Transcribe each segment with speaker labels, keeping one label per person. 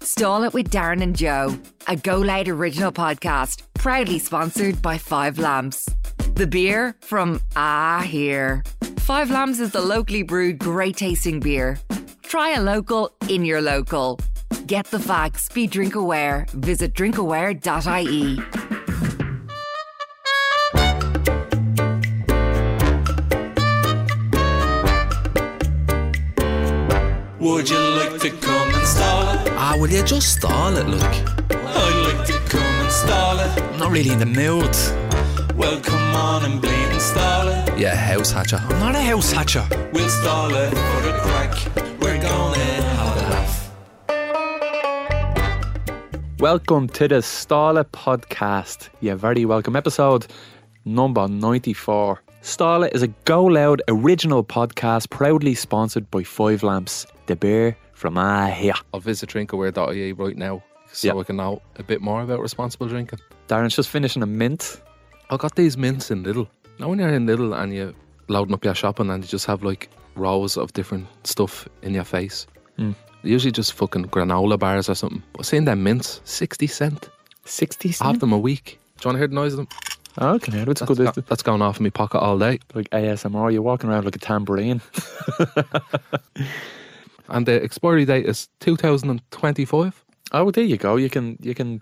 Speaker 1: Stall It with Darren and Joe, a Go Loud original podcast, proudly sponsored by Five Lamps. The beer from Ah Here. Five Lambs is the locally brewed, great tasting beer. Try a local in your local. Get the facts, be drink aware. Visit drinkaware.ie.
Speaker 2: Would you like to come and stall it?
Speaker 3: Ah, will you just stall it, look?
Speaker 2: I'd like to come and stall it.
Speaker 3: I'm not really in the mood.
Speaker 2: Well, come on and bleed and stall it.
Speaker 3: Yeah, house hatcher. I'm not a house hatcher.
Speaker 2: We'll stall it for the crack. We're gonna have a laugh.
Speaker 4: Welcome to the Stala podcast. You're very welcome. Episode number 94. Stala is a Go Loud original podcast proudly sponsored by Five Lamps, the beer from Ah Here.
Speaker 5: I'll visit drinkaware.ie right now so
Speaker 4: Yep.
Speaker 5: I can know a bit more about responsible drinking.
Speaker 4: Darren's just finishing a mint.
Speaker 5: I got these mints in Lidl. Now, when you're in Lidl and you're loading up your shopping and you just have like rows of different stuff in your face, They're usually just fucking granola bars or something. But seeing them mints, 60 cent.
Speaker 4: 60
Speaker 5: I have them a week. Do you want to hear the noise of them?
Speaker 4: Ah, Okay, that's
Speaker 5: That's,
Speaker 4: Hmm. good.
Speaker 5: go-
Speaker 4: isn't it?
Speaker 5: that's going off in my pocket all day.
Speaker 4: Like ASMR, you're walking around like a tambourine.
Speaker 5: And the expiry date is 2025.
Speaker 4: Oh, there you go. You can, you can.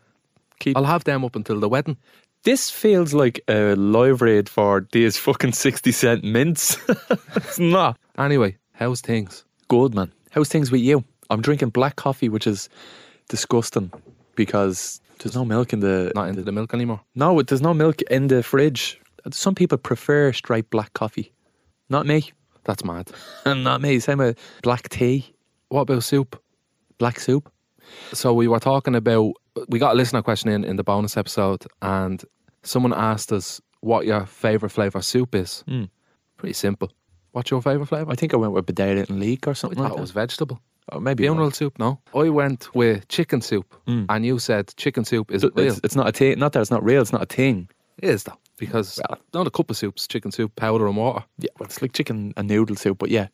Speaker 5: I'll have them up until the wedding.
Speaker 4: This feels like a live raid for these fucking 60 cent mints. it's not.
Speaker 5: Anyway, how's things?
Speaker 4: good, man. How's things with you? I'm drinking black coffee, which is disgusting because there's no milk in the.
Speaker 5: Not into the milk anymore.
Speaker 4: no, there's no milk in the fridge. Some people prefer straight black coffee. Not me.
Speaker 5: That's mad.
Speaker 4: Not me. Same with black tea,
Speaker 5: What about soup?
Speaker 4: black soup.
Speaker 5: So we were talking about we got a listener question in in the bonus episode, and someone asked us what your favorite flavor soup is.
Speaker 4: Mm.
Speaker 5: Pretty simple. What's your favorite flavor?
Speaker 4: I think I went with potato and leek or
Speaker 5: I
Speaker 4: something
Speaker 5: thought
Speaker 4: like
Speaker 5: it
Speaker 4: that.
Speaker 5: was vegetable.
Speaker 4: Or maybe it
Speaker 5: Funeral
Speaker 4: was.
Speaker 5: soup? No. I went with chicken soup,
Speaker 4: Hmm.
Speaker 5: and you said chicken soup is real.
Speaker 4: It's, it's not a thing. Not that it's not real. It's not a thing.
Speaker 5: It is though, because
Speaker 4: Well-
Speaker 5: not a cup of soups, chicken soup, powder and water.
Speaker 4: Yeah, well, it's like chicken and noodle soup, but yeah.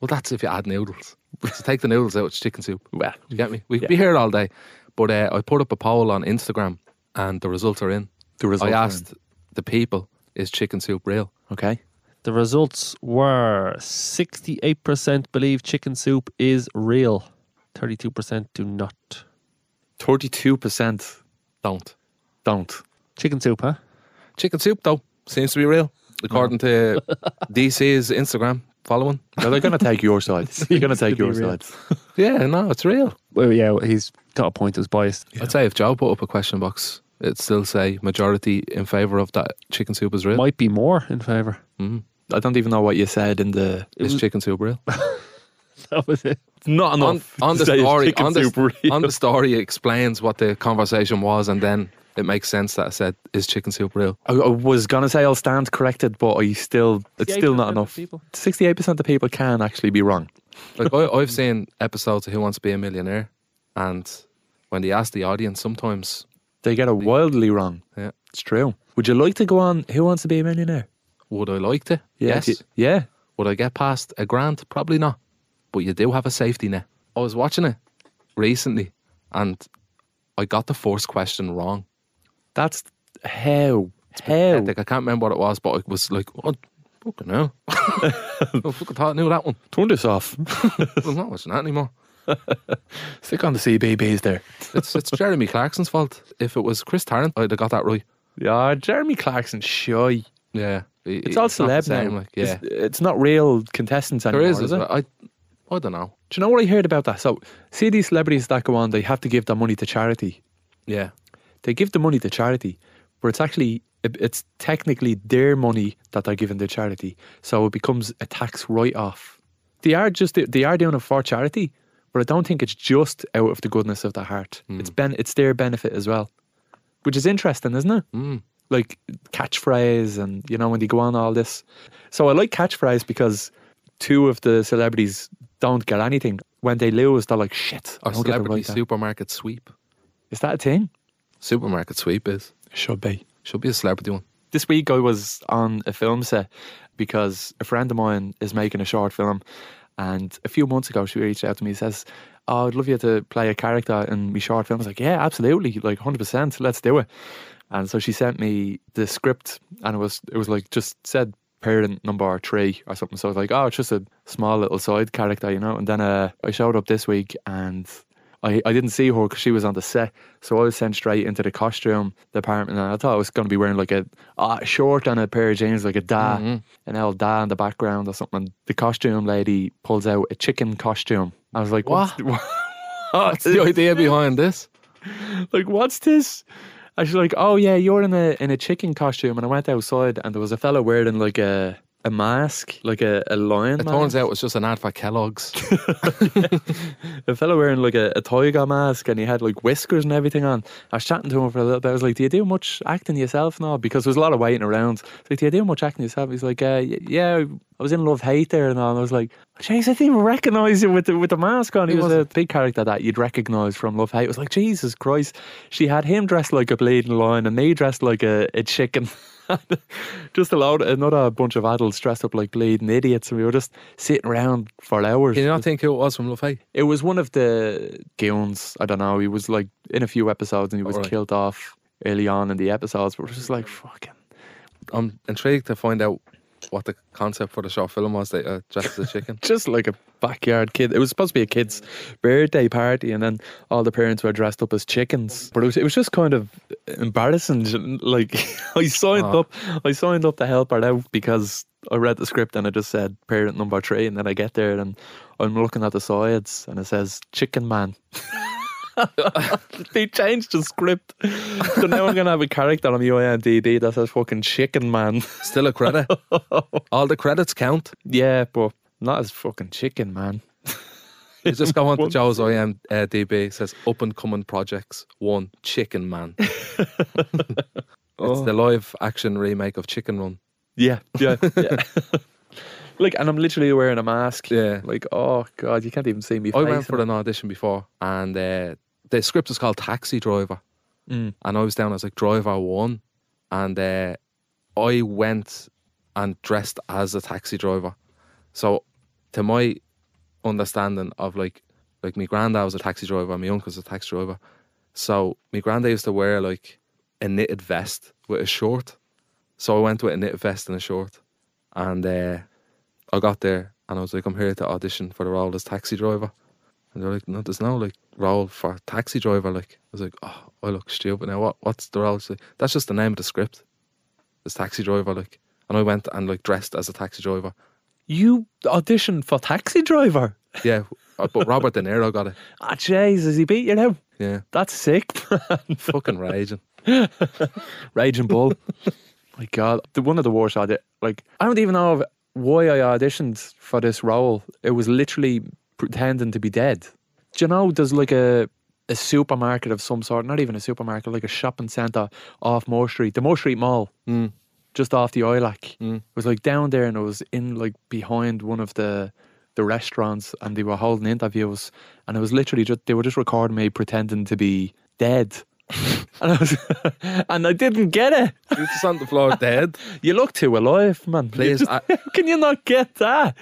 Speaker 5: Well, that's if you add noodles. so take the noodles out, it's chicken soup.
Speaker 4: Well,
Speaker 5: You get me? We could be here all day, but uh, I put up a poll on Instagram, and the results are in.
Speaker 4: the result.
Speaker 5: I
Speaker 4: are in.
Speaker 5: asked the people, is chicken soup real?
Speaker 4: Okay.
Speaker 6: The results were 68% believe chicken soup is real, 32% do not.
Speaker 4: 32%
Speaker 5: Don't.
Speaker 4: don't.
Speaker 6: Chicken soup, huh?
Speaker 5: Chicken soup, though, seems to be real, according to DC's Instagram following.
Speaker 4: No, they're going to take your side. They're going to
Speaker 6: Seems to
Speaker 4: take
Speaker 6: be
Speaker 4: your
Speaker 6: real.
Speaker 4: side.
Speaker 5: Yeah, no, it's real.
Speaker 6: Well, yeah, he's got a point. It was biased.
Speaker 5: I'd say if Joe put up a question box, it'd still say majority in favour of that chicken soup is real.
Speaker 6: Might be more in favour.
Speaker 4: I don't even know what you said in the.
Speaker 5: is chicken soup real?
Speaker 6: That was it.
Speaker 4: Not
Speaker 5: on, on the
Speaker 4: to say it's
Speaker 5: story,
Speaker 4: chicken
Speaker 5: on the,
Speaker 4: soup real.
Speaker 5: on the story, it explains what the conversation was, and then it makes sense that I said, "Is chicken soup real?"
Speaker 4: I, I was gonna say I'll stand corrected, but I still it's still not
Speaker 6: 68% of
Speaker 4: enough.
Speaker 6: people.
Speaker 4: Sixty-eight percent of people can actually be wrong.
Speaker 5: Like I, I've seen episodes of Who Wants to Be a Millionaire, and when they ask the audience, sometimes
Speaker 4: They get it wildly wrong.
Speaker 5: Yeah.
Speaker 4: It's true. Would you like to go on Who Wants to Be a Millionaire?
Speaker 5: would I like to?
Speaker 4: Yeah,
Speaker 5: yes.
Speaker 4: do you- yeah.
Speaker 5: Would I get past a grand? Probably not. But you do have a safety net. I was watching it recently and I got the first question wrong.
Speaker 4: That's how how
Speaker 5: Like, I can't remember what it was, but it was like, what? Fucking hell. I fucking thought I knew that one.
Speaker 4: turn this off.
Speaker 5: I'm not watching that anymore.
Speaker 4: Stick on the CBBS there.
Speaker 5: It's, it's Jeremy Clarkson's fault. If it was Chris Tarrant, I'd have got that right.
Speaker 4: Yeah, Jeremy Clarkson, shy.
Speaker 5: Yeah. He-
Speaker 4: It's
Speaker 5: he-
Speaker 4: all
Speaker 5: not the
Speaker 4: celeb
Speaker 5: same,
Speaker 4: now.
Speaker 5: Like, yeah.
Speaker 4: It's, it's not real contestants
Speaker 5: There
Speaker 4: anymore.
Speaker 5: is,
Speaker 4: is
Speaker 5: is
Speaker 4: it?
Speaker 5: I, I don't know.
Speaker 4: Do you know what I heard about that? So, see these celebrities that go on, they have to give their money to charity.
Speaker 5: Yeah.
Speaker 4: They give the money to charity, but it's actually it- it's technically their money that they're giving to charity, so it becomes a tax write-off. They are just they are doing it for charity, but I don't think it's just out of the goodness of their heart. It's ben it's their benefit as well, which is interesting, isn't it?
Speaker 5: Mm.
Speaker 4: Like catchphrase, and you know when they go on all this. So I like catchphrase because two of the celebrities don't get anything. When they lose, they're like, shit. I
Speaker 5: Or
Speaker 4: don't get the
Speaker 5: celebrity
Speaker 4: right that.
Speaker 5: supermarket sweep.
Speaker 4: Is that a thing?
Speaker 5: Supermarket sweep is.
Speaker 4: Should be.
Speaker 5: Should be a celebrity one.
Speaker 4: This week I was on a film set because a friend of mine is making a short film. And a few months ago, she reached out to me and says, oh, I'd love you to play a character in my short film. I was like, yeah, absolutely, like 100%, let's do it. And so she sent me the script, and it was it was like just said parent number three or something. So I was like, oh, it's just a small little side character, you know. And then uh, I showed up this week, and I, I didn't see her because she was on the set. So I was sent straight into the costume department, and I thought I was going to be wearing like a, a short and a pair of jeans, like a da, an old da in the background or something. And the costume lady pulls out a chicken costume. I was like,
Speaker 5: What?
Speaker 4: what?
Speaker 5: What's the idea behind this?
Speaker 4: like, what's this? And she's like, oh yeah, you're in a in a chicken costume. And I went outside and there was a fella wearing like a a mask, like a, a lion.
Speaker 5: It
Speaker 4: mask.
Speaker 5: turns out it's just an ad for Kellogg's.
Speaker 4: a fella wearing like a, a tiger mask and he had like whiskers and everything on. I was chatting to him for a little bit. I was like, Do you do much acting yourself now? Because there was a lot of waiting around. I was like, Do you do much acting yourself? He's like, uh, y- Yeah, I was in Love Hate there and all. And I was like, Jeez, I didn't even recognize you with the, with the mask on. He was a big character that you'd recognize from Love Hate. It was like, Jesus Christ. She had him dressed like a bleeding lion and me dressed like a, a chicken. just a load, another bunch of adults dressed up like bleeding idiots, and we were just sitting around for hours.
Speaker 5: Can you not think who it was from Love Hate?
Speaker 4: It was one of the Gilns. I don't know. He was like in a few episodes and he was
Speaker 5: Alright.
Speaker 4: killed off early on in the episodes. But it was just like, fucking.
Speaker 5: I'm intrigued to find out what the concept for the short film was that uh, dressed as a chicken.
Speaker 4: Just like a backyard kid. It was supposed to be a kid's birthday party and then all the parents were dressed up as chickens. But it was, it was just kind of embarrassing. Like, I signed
Speaker 5: Ah.
Speaker 4: up. I signed up to help her out because I read the script and it just said parent number three. And then I get there and I'm looking at the sides and it says chicken man. they changed the script. So now I'm gonna have a character on the IMDb that says fucking chicken man.
Speaker 5: Still a credit. All the credits count.
Speaker 4: yeah, but not as fucking chicken man.
Speaker 5: You just go on to Joe's IMDb. It says up and coming projects. One Chicken Man. it's the live action remake of Chicken Run.
Speaker 4: Yeah, yeah, yeah. like, and I'm literally wearing a mask.
Speaker 5: Yeah.
Speaker 4: Like, oh god, you can't even see me.
Speaker 5: I
Speaker 4: face
Speaker 5: went for an audition before, and uh, the script is called Taxi Driver.
Speaker 4: Mm.
Speaker 5: And I was down as like Driver One, and uh, I went and dressed as a taxi driver. So, to my understanding of like, like my granddad was a taxi driver, my uncle's a taxi driver. So my granddad used to wear like a knitted vest with a short. So I went with a knitted vest and a short, and uh, I got there and I was like, I'm here to audition for the role as taxi driver. And they're like, No, there's no like role for taxi driver. Like I was like, Oh, I look stupid now. What what's the role? She's like, That's just the name of the script. It's taxi driver, like and I went and like dressed as a taxi driver.
Speaker 4: you auditioned for Taxi Driver.
Speaker 5: Yeah. uh, but Robert De Niro got it.
Speaker 4: Ah, jeez, has he beat you now?
Speaker 5: Yeah.
Speaker 4: That's sick.
Speaker 5: Fucking raging.
Speaker 4: Raging Bull. My God, the one of the worst audit. Like I don't even know if, why I auditioned for this role. It was literally pretending to be dead. Do you know? There's like a a supermarket of some sort. Not even a supermarket, like a shopping centre off Moore Street, the Moore Street Mall, just off the Ilac. It was like down there, and it was in like behind one of the the restaurants, and they were holding interviews, and it was literally just they were just recording me pretending to be dead. And I was, and I didn't get it.
Speaker 5: You're just on the floor dead.
Speaker 4: You look too alive, man.
Speaker 5: Please,
Speaker 4: You just-
Speaker 5: I-
Speaker 4: can you not get that?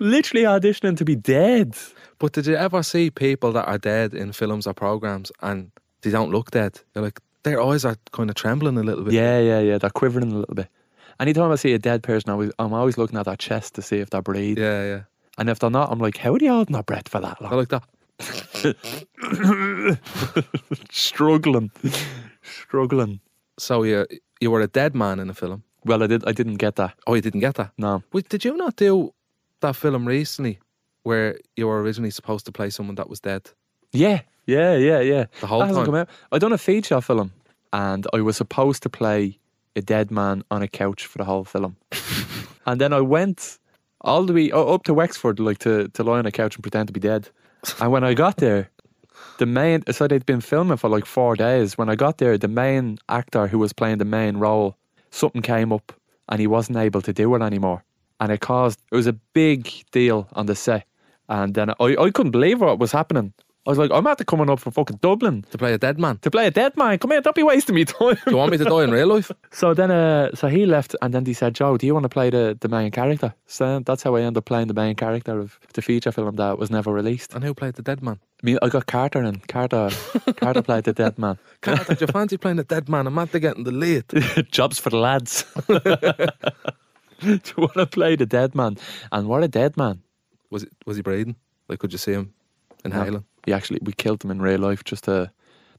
Speaker 4: Literally auditioning to be dead.
Speaker 5: But did you ever see people that are dead in films or programs and they don't look dead? They're like their eyes are kind of trembling a little bit.
Speaker 4: Yeah, yeah, yeah. They're quivering a little bit. Anytime I see a dead person, I always, I'm always looking at their chest to see if they're breathing.
Speaker 5: Yeah, yeah.
Speaker 4: And if they're not, I'm like, how are you holding their breath for that
Speaker 5: I
Speaker 4: long?
Speaker 5: like that.
Speaker 4: Struggling, struggling.
Speaker 5: So you you were a dead man in a film.
Speaker 4: Well, I did. I didn't get that.
Speaker 5: Oh, you didn't get that.
Speaker 4: No.
Speaker 5: Wait, did you not do that film recently where you were originally supposed to play someone that was dead?
Speaker 4: Yeah, yeah, yeah, yeah.
Speaker 5: The whole
Speaker 4: That hasn't
Speaker 5: time.
Speaker 4: come out. I done a feature film, and I was supposed to play a dead man on a couch for the whole film, and then I went all the way oh, up to Wexford, like to to lie on a couch and pretend to be dead. And when I got there, the main so they'd been filming for like four days. When I got there, the main actor who was playing the main role, something came up, and he wasn't able to do it anymore, and it caused it was a big deal on the set. And then I, I couldn't believe what was happening. I was like, I'm after coming up from fucking Dublin
Speaker 5: to play a dead man.
Speaker 4: to play a dead man. Come here, don't be wasting me time.
Speaker 5: Do you want me to die in real life?
Speaker 4: So then, uh, so he left, and then he said, "Joe, do you want to play the, the main character?" So then that's how I ended up playing the main character of the feature film that was never released. I
Speaker 5: And who played the dead man?
Speaker 4: mean, I got Carter, and Carter, Carter played the dead man.
Speaker 5: Can't did you fancy playing a dead man? I'm after getting the late.
Speaker 4: Jobs for the lads. do you want to play the dead man? And what a dead man!
Speaker 5: Was it? Was he breathing? Like, could you see him inhaling?
Speaker 4: He actually we killed him in real life. Just to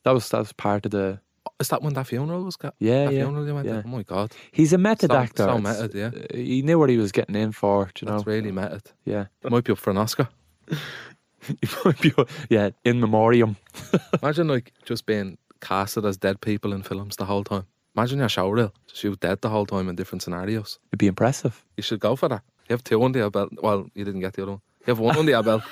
Speaker 4: that was that was part of the.
Speaker 5: Is that when that funeral was got?
Speaker 4: Yeah,
Speaker 5: that
Speaker 4: yeah,
Speaker 5: funeral they went
Speaker 4: yeah.
Speaker 5: to? Oh my god,
Speaker 4: He's a method
Speaker 5: So-
Speaker 4: actor.
Speaker 5: so
Speaker 4: It's-
Speaker 5: method, yeah.
Speaker 4: uh, He knew what he was getting in for. do You know.
Speaker 5: that's really matted.
Speaker 4: Yeah.
Speaker 5: It might be up for an Oscar.
Speaker 4: He might be- yeah. In memoriam.
Speaker 5: Imagine like just being casted as dead people in films the whole time. Imagine your show reel. Just you dead the whole time in different scenarios.
Speaker 4: It'd be impressive.
Speaker 5: You should go for that. You have two under your belt. Well, you didn't get the other one. You have one under your belt.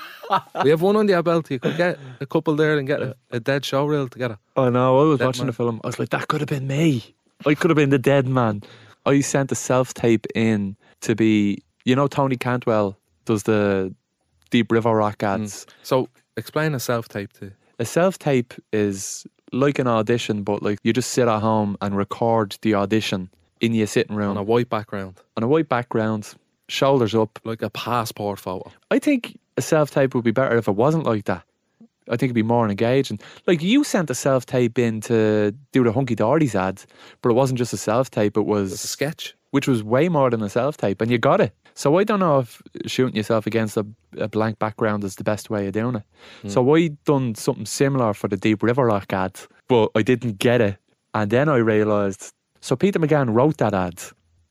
Speaker 5: We have one under your belt. You could get a couple there and get a, a dead show reel together.
Speaker 4: Oh no, I was
Speaker 5: Dead
Speaker 4: watching
Speaker 5: man.
Speaker 4: the film. I was like, that could have been me. I could have been the dead man. I sent a self tape in to be, you know, Tony Cantwell does the Deep River Rock ads.
Speaker 5: So explain a self tape to.
Speaker 4: A self tape is like an audition, but like you just sit at home and record the audition in your sitting room
Speaker 5: on a white background,
Speaker 4: on a white background, shoulders up.
Speaker 5: like a passport photo.
Speaker 4: I think a self tape would be better if it wasn't like that. I think it'd be more engaging. Like you sent a self tape in to do the Hunky Dory's ads, but it wasn't just a self tape. It
Speaker 5: It's a
Speaker 4: was
Speaker 5: sketch.
Speaker 4: which was way more than a self tape, and you got it. So I don't know if shooting yourself against a, a blank background is the best way of doing it.
Speaker 5: Hmm.
Speaker 4: So I done something similar for the Deep River Rock ad, but I didn't get it, and then I realised. So Peter McGann wrote that ad,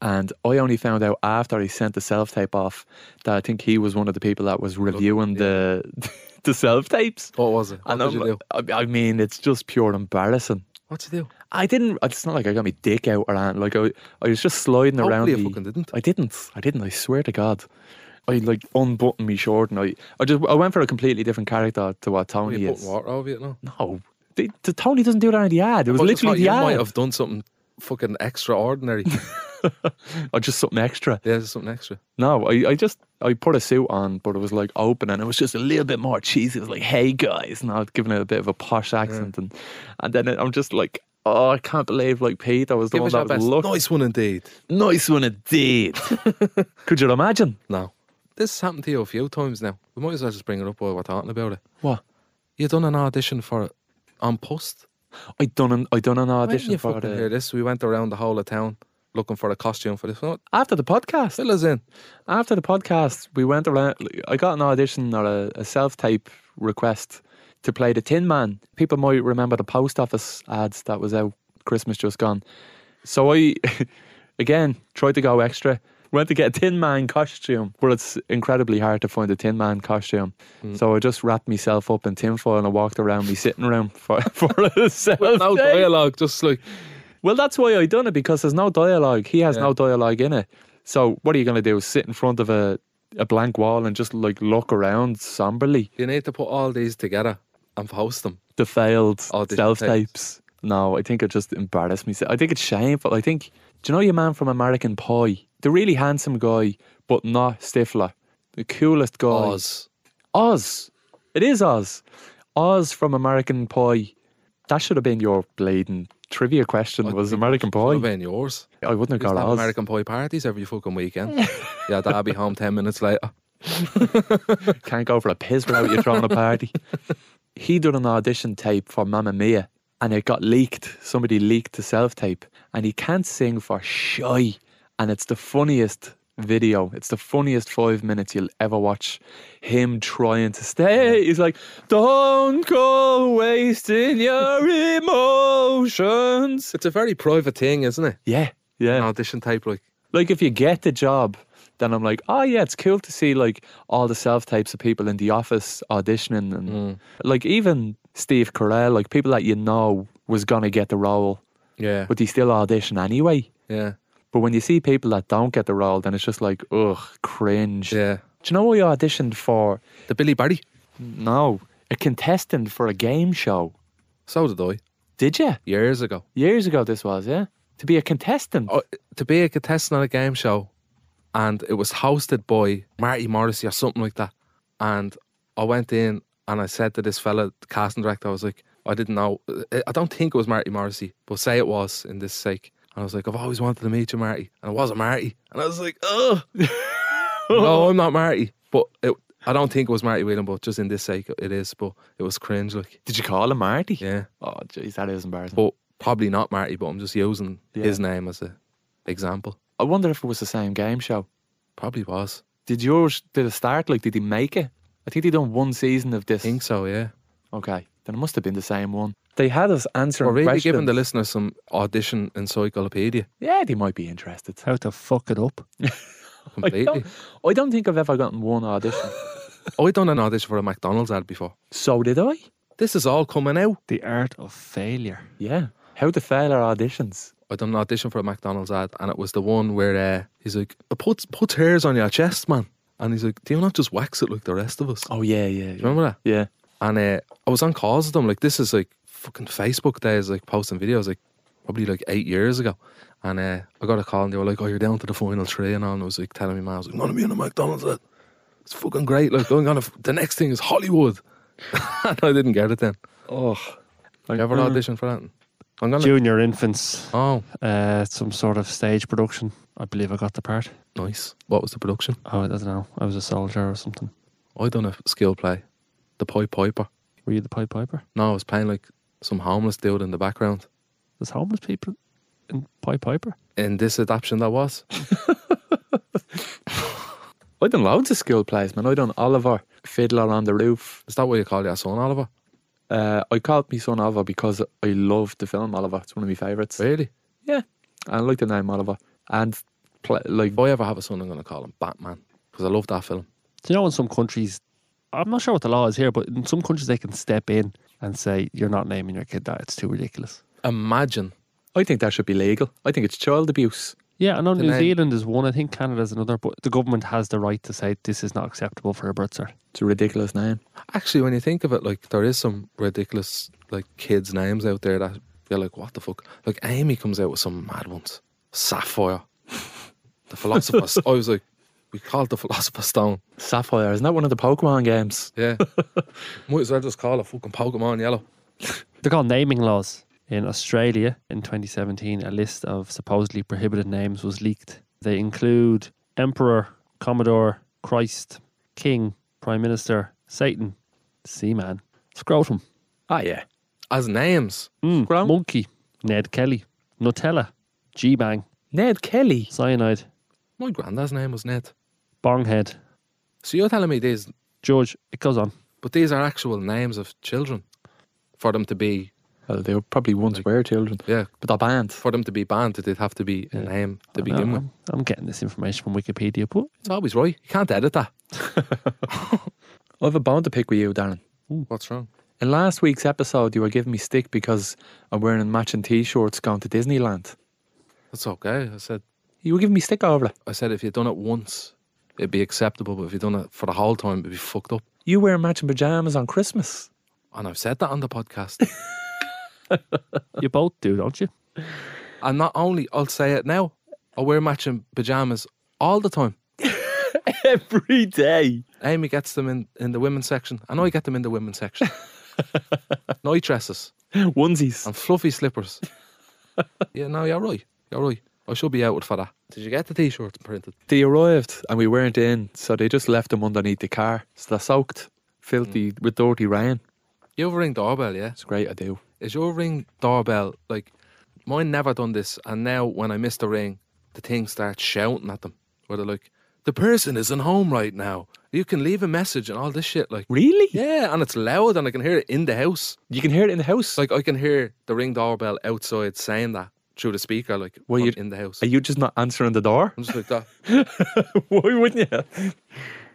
Speaker 4: and I only found out after he sent the self tape off that I think he was one of the people that was reviewing the the self tapes.
Speaker 5: What was it?
Speaker 4: And
Speaker 5: What did you do?
Speaker 4: I'm- I I mean, it's just pure embarrassing.
Speaker 5: What'd you do?
Speaker 4: I didn't. It's not like I got my dick out or anything. Like I, I was just sliding around.
Speaker 5: Hopefully you
Speaker 4: the-
Speaker 5: fucking didn't.
Speaker 4: I didn't. I didn't. I swear to God. I like unbuttoned me short, and I, I just, I went for a completely different character to what
Speaker 5: Were
Speaker 4: Tony
Speaker 5: you
Speaker 4: is.
Speaker 5: putting water over it now?
Speaker 4: No, they, the, Tony doesn't do that in the ad. It was
Speaker 5: Well, just
Speaker 4: literally the
Speaker 5: like you might
Speaker 4: ad.
Speaker 5: have done something fucking extraordinary.
Speaker 4: Or just something extra.
Speaker 5: There's something extra.
Speaker 4: No, I, I just, I put a suit on, but it was like open, and it was just a little bit more cheesy. It was like, "Hey guys," and I was giving it a bit of a posh accent, and and then I'm just like, "Oh, I can't believe like Pete, I was the
Speaker 5: Give us
Speaker 4: one
Speaker 5: your
Speaker 4: that was
Speaker 5: best.
Speaker 4: look
Speaker 5: Nice one indeed.
Speaker 4: nice one indeed." Could you imagine?
Speaker 5: No. This has happened to you a few times now. We might as well just bring it up while we're talking about it.
Speaker 4: What?
Speaker 5: You done an audition for it on post.
Speaker 4: I done an I done an
Speaker 5: Why didn't
Speaker 4: audition
Speaker 5: you
Speaker 4: for
Speaker 5: fucking hear
Speaker 4: the,
Speaker 5: this? We went around the whole of town looking for a costume for this. You know what?
Speaker 4: after the podcast.
Speaker 5: Fill us in.
Speaker 4: After the podcast, we went around. I got an audition or a, a self tape request to play the Tin Man. People might remember the post office ads that was out Christmas just gone. So I, again, tried to go extra. Went to get a Tin Man costume, but it's incredibly hard to find a Tin Man costume. So I just wrapped myself up in tinfoil and I walked around my sitting room for, for a self
Speaker 5: No dialogue, just like
Speaker 4: Well, that's why I done it because there's no dialogue. He has no dialogue in it. So what are you going to do? Sit in front of a, a blank wall and just like look around somberly?
Speaker 5: you need to put all these together and post them.
Speaker 4: The failed
Speaker 5: Audition
Speaker 4: self
Speaker 5: tapes.
Speaker 4: tapes. No, I think it just embarrassed me. I think it's shameful. I think do you know your man from American Pie? The really handsome guy, but not Stifler. The coolest guy.
Speaker 5: Oz.
Speaker 4: Oz. It is Oz. Oz from American Pie. That should have been your bleeding trivia question. was American
Speaker 5: Would
Speaker 4: Pie?
Speaker 5: have been yours.
Speaker 4: I wouldn't
Speaker 5: Used
Speaker 4: have
Speaker 5: to
Speaker 4: got
Speaker 5: have
Speaker 4: Oz.
Speaker 5: American Pie parties every fucking weekend. yeah, that'll be home 10 minutes later.
Speaker 4: can't go for a piss without you throwing a party. He done an audition tape for Mamma Mia and it got leaked. Somebody leaked the self tape and he can't sing for shy. And it's the funniest video. It's the funniest five minutes you'll ever watch. Him trying to stay. He's like, Don't go wasting your emotions.
Speaker 5: It's a very private thing, isn't it?
Speaker 4: Yeah, yeah.
Speaker 5: An audition type, like,
Speaker 4: Like if you get the job, then I'm like, oh yeah, it's cool to see like all the self types of people in the office auditioning and
Speaker 5: Hmm.
Speaker 4: like even Steve Carell, like people that you know was gonna get the role,
Speaker 5: yeah,
Speaker 4: but they still audition anyway.
Speaker 5: yeah,
Speaker 4: But when you see people that don't get the role, then it's just like, ugh, cringe.
Speaker 5: yeah.
Speaker 4: Do you know what I auditioned for?
Speaker 5: The Billy Barry.
Speaker 4: No, a contestant for a game show.
Speaker 5: So did I
Speaker 4: Did you?
Speaker 5: years ago.
Speaker 4: Years ago, this was, yeah? To be a contestant.
Speaker 5: Oh, to be a contestant on a game show, and it was hosted by Marty Morrissey or something like that. And I went in, And I said to this fella, the casting director, I was like, I didn't know. I- I don't think it was Marty Morrissey, but say it was in this sake. And I was like, I've always wanted to meet you, Marty. And it wasn't Marty. And I was like, oh, no, I'm not Marty. But it, I don't think it was Marty Whelan, but just in this sake, it is. But it was cringe, like,
Speaker 4: Did you call him Marty?
Speaker 5: yeah.
Speaker 4: Oh, jeez, that is embarrassing.
Speaker 5: But probably not Marty, but I'm just using
Speaker 4: Yeah.
Speaker 5: his name as a example.
Speaker 4: I wonder if it was the same game show.
Speaker 5: Probably was.
Speaker 4: Did yours did it start like did he make it? I think they done one season of this.
Speaker 5: I think so, yeah.
Speaker 4: Okay, then it must have been the same one. They had us answering
Speaker 5: We're really
Speaker 4: questions.
Speaker 5: giving the listener some audition encyclopedia
Speaker 4: yeah, they might be interested.
Speaker 6: How to fuck it up.
Speaker 4: I
Speaker 5: completely. Oh,
Speaker 4: don't, I don't think I've ever gotten one audition.
Speaker 5: I done an audition for a McDonald's ad before.
Speaker 4: so did I?
Speaker 5: This is all coming out.
Speaker 6: The art of failure.
Speaker 4: Yeah. How to fail our auditions?
Speaker 5: I done an audition for a McDonald's ad, and it was the one where uh, he's like, "It puts puts hairs on your chest, man," and he's like, "Do you not just wax it like the rest of us?"
Speaker 4: Oh yeah, yeah. yeah.
Speaker 5: Remember that?
Speaker 4: Yeah.
Speaker 5: And uh, I was on calls with them. Like this is like fucking Facebook days, like posting videos, like probably like eight years ago. And uh, I got a call and they were like, "Oh, you're down to the final three," and all. And I was like telling me, "Man, I was like, I'm gonna be in a McDonald's. Ad. It's fucking great. Like going on. A, the next thing is Hollywood." and I didn't get it then.
Speaker 4: Oh.
Speaker 5: Like, you ever audition for that? I'm gonna.
Speaker 6: Junior infants.
Speaker 5: oh,
Speaker 6: Uh, some sort of stage production. I believe I got the part.
Speaker 5: nice. What was the production?
Speaker 6: Oh, I don't know. I was a soldier or something.
Speaker 5: I done a skill play, the Pied Piper.
Speaker 6: Were you the Pied Piper?
Speaker 5: No, I was playing like some homeless dude in the background.
Speaker 6: There's homeless people in Pied Piper.
Speaker 5: In this adaptation, that was.
Speaker 4: I done loads of skill plays, man. I done Oliver, Fiddler on the Roof.
Speaker 5: Is that what you call your son, Oliver?
Speaker 4: Uh, I called me son Oliver because I love the film Oliver. It's one of my favourites.
Speaker 5: Really?
Speaker 4: I like the name Oliver. And pla like
Speaker 5: If I ever have a son, I'm going to call him Batman because I love that film.
Speaker 6: Do you know in some countries, I'm not sure what the law is here, but in some countries they can step in and say, you're not naming your kid that. It's too ridiculous.
Speaker 5: Imagine
Speaker 4: I think that should be legal. I think it's child abuse.
Speaker 6: Yeah, I know New
Speaker 5: name-
Speaker 6: Zealand is one. I think Canada's another, but the government has the right to say this is not acceptable for a birth cert.
Speaker 4: It's a ridiculous name.
Speaker 5: actually when you think of it, like there is some ridiculous like kids' names out there that you're like, what the fuck? Like Amy comes out with some mad ones. Sapphire, the philosopher's. I was like, we call it the philosopher's stone.
Speaker 4: Sapphire, isn't that one of the Pokemon games?
Speaker 5: Yeah, might as well just call it fucking Pokemon Yellow.
Speaker 6: They're called naming laws. In Australia in 2017, a list of supposedly prohibited names was leaked. They include Emperor, Commodore, Christ, King, Prime Minister, Satan, Seaman, Scrotum,
Speaker 4: Ah, yeah.
Speaker 5: As names,
Speaker 6: mm,
Speaker 4: Scrum.
Speaker 6: Monkey, Ned Kelly, Nutella, G Bang,
Speaker 4: Ned Kelly.
Speaker 6: Cyanide,
Speaker 5: my granddad's name was Ned.
Speaker 6: Bonghead,
Speaker 5: So you're telling me these,
Speaker 6: George. It goes on.
Speaker 5: but these are actual names of children for them to be,
Speaker 4: Well, they were probably once were children,
Speaker 5: yeah,
Speaker 4: but they're banned.
Speaker 5: for them to be banned. They'd have to be a name to
Speaker 6: I know,
Speaker 5: begin with.
Speaker 6: I'm, I'm getting this information from Wikipedia, but
Speaker 5: It's always right. You can't edit that.
Speaker 4: I have a bone to pick with you, Darren.
Speaker 5: What's wrong?
Speaker 4: In last week's episode, you were giving me stick because I'm wearing matching t-shirts going to Disneyland.
Speaker 5: That's okay. I said.
Speaker 4: You were giving me stick over it.
Speaker 5: I said if you'd done it once, it'd be acceptable. But if you'd done it for the whole time, it'd be fucked up.
Speaker 4: You wear matching pajamas on Christmas.
Speaker 5: And I've said that on the podcast.
Speaker 6: you both do, don't you?
Speaker 5: and not only, I'll say it now. I wear matching pajamas all the time.
Speaker 4: Every day.
Speaker 5: Amy gets them in, in the women's section, and I get them in the women's section. Night dresses
Speaker 4: Onesies.
Speaker 5: and fluffy slippers. yeah, no, you're right. You're right. I should be out for that. Did you get the t-shirts printed?
Speaker 4: They arrived and we weren't in, so they just left them underneath the car. So they're soaked, filthy, with dirty rain.
Speaker 5: You have a ring doorbell, yeah?
Speaker 4: It's great, I do.
Speaker 5: is your ring doorbell like mine never done this and now when I miss the ring the thing starts shouting at them where they're like the person isn't home right now you can leave a message and all this shit like
Speaker 4: Really?
Speaker 5: yeah and it's loud and I can hear it in the house
Speaker 4: You can hear it in the house.
Speaker 5: like I can hear the ring doorbell outside saying that through the speaker like
Speaker 4: Well,
Speaker 5: on-
Speaker 4: you-
Speaker 5: in the house
Speaker 4: Are you just not answering the door?
Speaker 5: I'm just like that
Speaker 4: Why wouldn't you?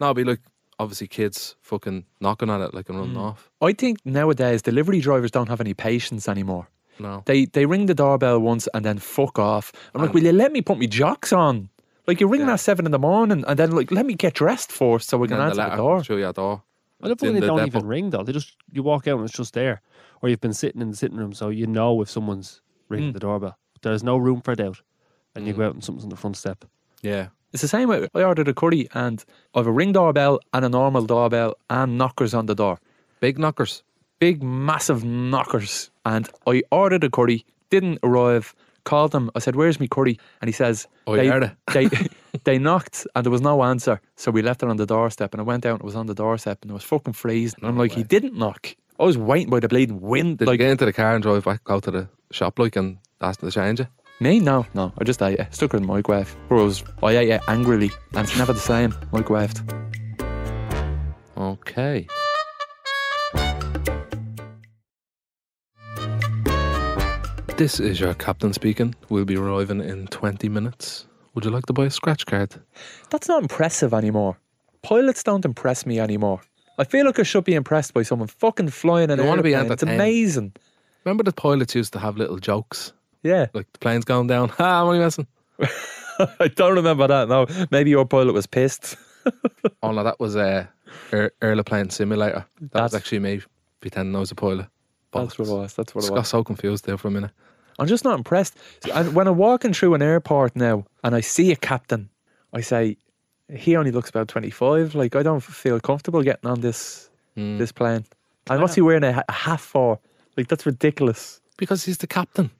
Speaker 5: no I'll be like obviously kids fucking knocking on it like and running
Speaker 4: Mm.
Speaker 5: off
Speaker 4: I think nowadays delivery drivers don't have any patience anymore.
Speaker 5: no
Speaker 4: They they ring the doorbell once and then fuck off. I'm like, will you let me put my jocks on? Like you ring that seven in the morning and then like let me get dressed first so we can
Speaker 5: and then
Speaker 4: answer
Speaker 5: the
Speaker 4: the
Speaker 5: letter
Speaker 4: door.
Speaker 5: through your door
Speaker 6: I love
Speaker 5: in
Speaker 6: when they
Speaker 5: the
Speaker 6: don't
Speaker 5: depot.
Speaker 6: even ring though. They just you walk out and it's just there, or you've been sitting in the sitting room, so you know if someone's
Speaker 5: Hmm.
Speaker 6: ringing the doorbell. There's no room for doubt, and you go out and something's on the front step.
Speaker 5: yeah
Speaker 4: It's the same way I ordered a curry and I have a ring doorbell and a normal doorbell and knockers on the door.
Speaker 5: Big knockers.
Speaker 4: big, massive knockers. And I ordered a curry, didn't arrive, called him. I said, Where's me curry? And he says,
Speaker 5: Oi,
Speaker 4: they,
Speaker 5: Arda."
Speaker 4: they, they knocked and there was no answer. So we left it on the doorstep and I went out and it was on the doorstep and it was fucking freezing. And I'm like, He didn't knock. I was waiting by the bleeding wind.
Speaker 5: Did
Speaker 4: like,
Speaker 5: you get into the car and drive back out to the shop like and ask them to change it?
Speaker 4: me? No, no. I just ate it. Stuck it in the microwave. Or I was, I ate it angrily and it's never the same. Microwaved.
Speaker 5: Okay. This is your captain speaking. We'll be arriving in 20 minutes. Would you like to buy a scratch card?
Speaker 4: That's not impressive anymore. Pilots don't impress me anymore. I feel like I should be impressed by someone fucking flying an
Speaker 5: You wanna be
Speaker 4: airplane. It's
Speaker 5: entertained.
Speaker 4: amazing.
Speaker 5: Remember the pilots used to have little jokes?
Speaker 4: Yeah.
Speaker 5: Like the plane's going down. Ha, I'm only messing.
Speaker 4: I don't remember that. No, maybe your pilot was pissed.
Speaker 5: Oh no, that was a uh, air- airplane simulator. That
Speaker 4: That's-
Speaker 5: was actually me pretending I was a pilot.
Speaker 4: That's what it was. That's what it
Speaker 5: Just got
Speaker 4: was.
Speaker 5: so confused there for a minute.
Speaker 4: I'm just not impressed. So- And when I'm walking through an airport now and I see a captain, I say, he only looks about 25. Like I don't feel comfortable getting on this this plane. And what's he wearing a, ha- a hat for? Like that's ridiculous.
Speaker 5: Because he's the captain.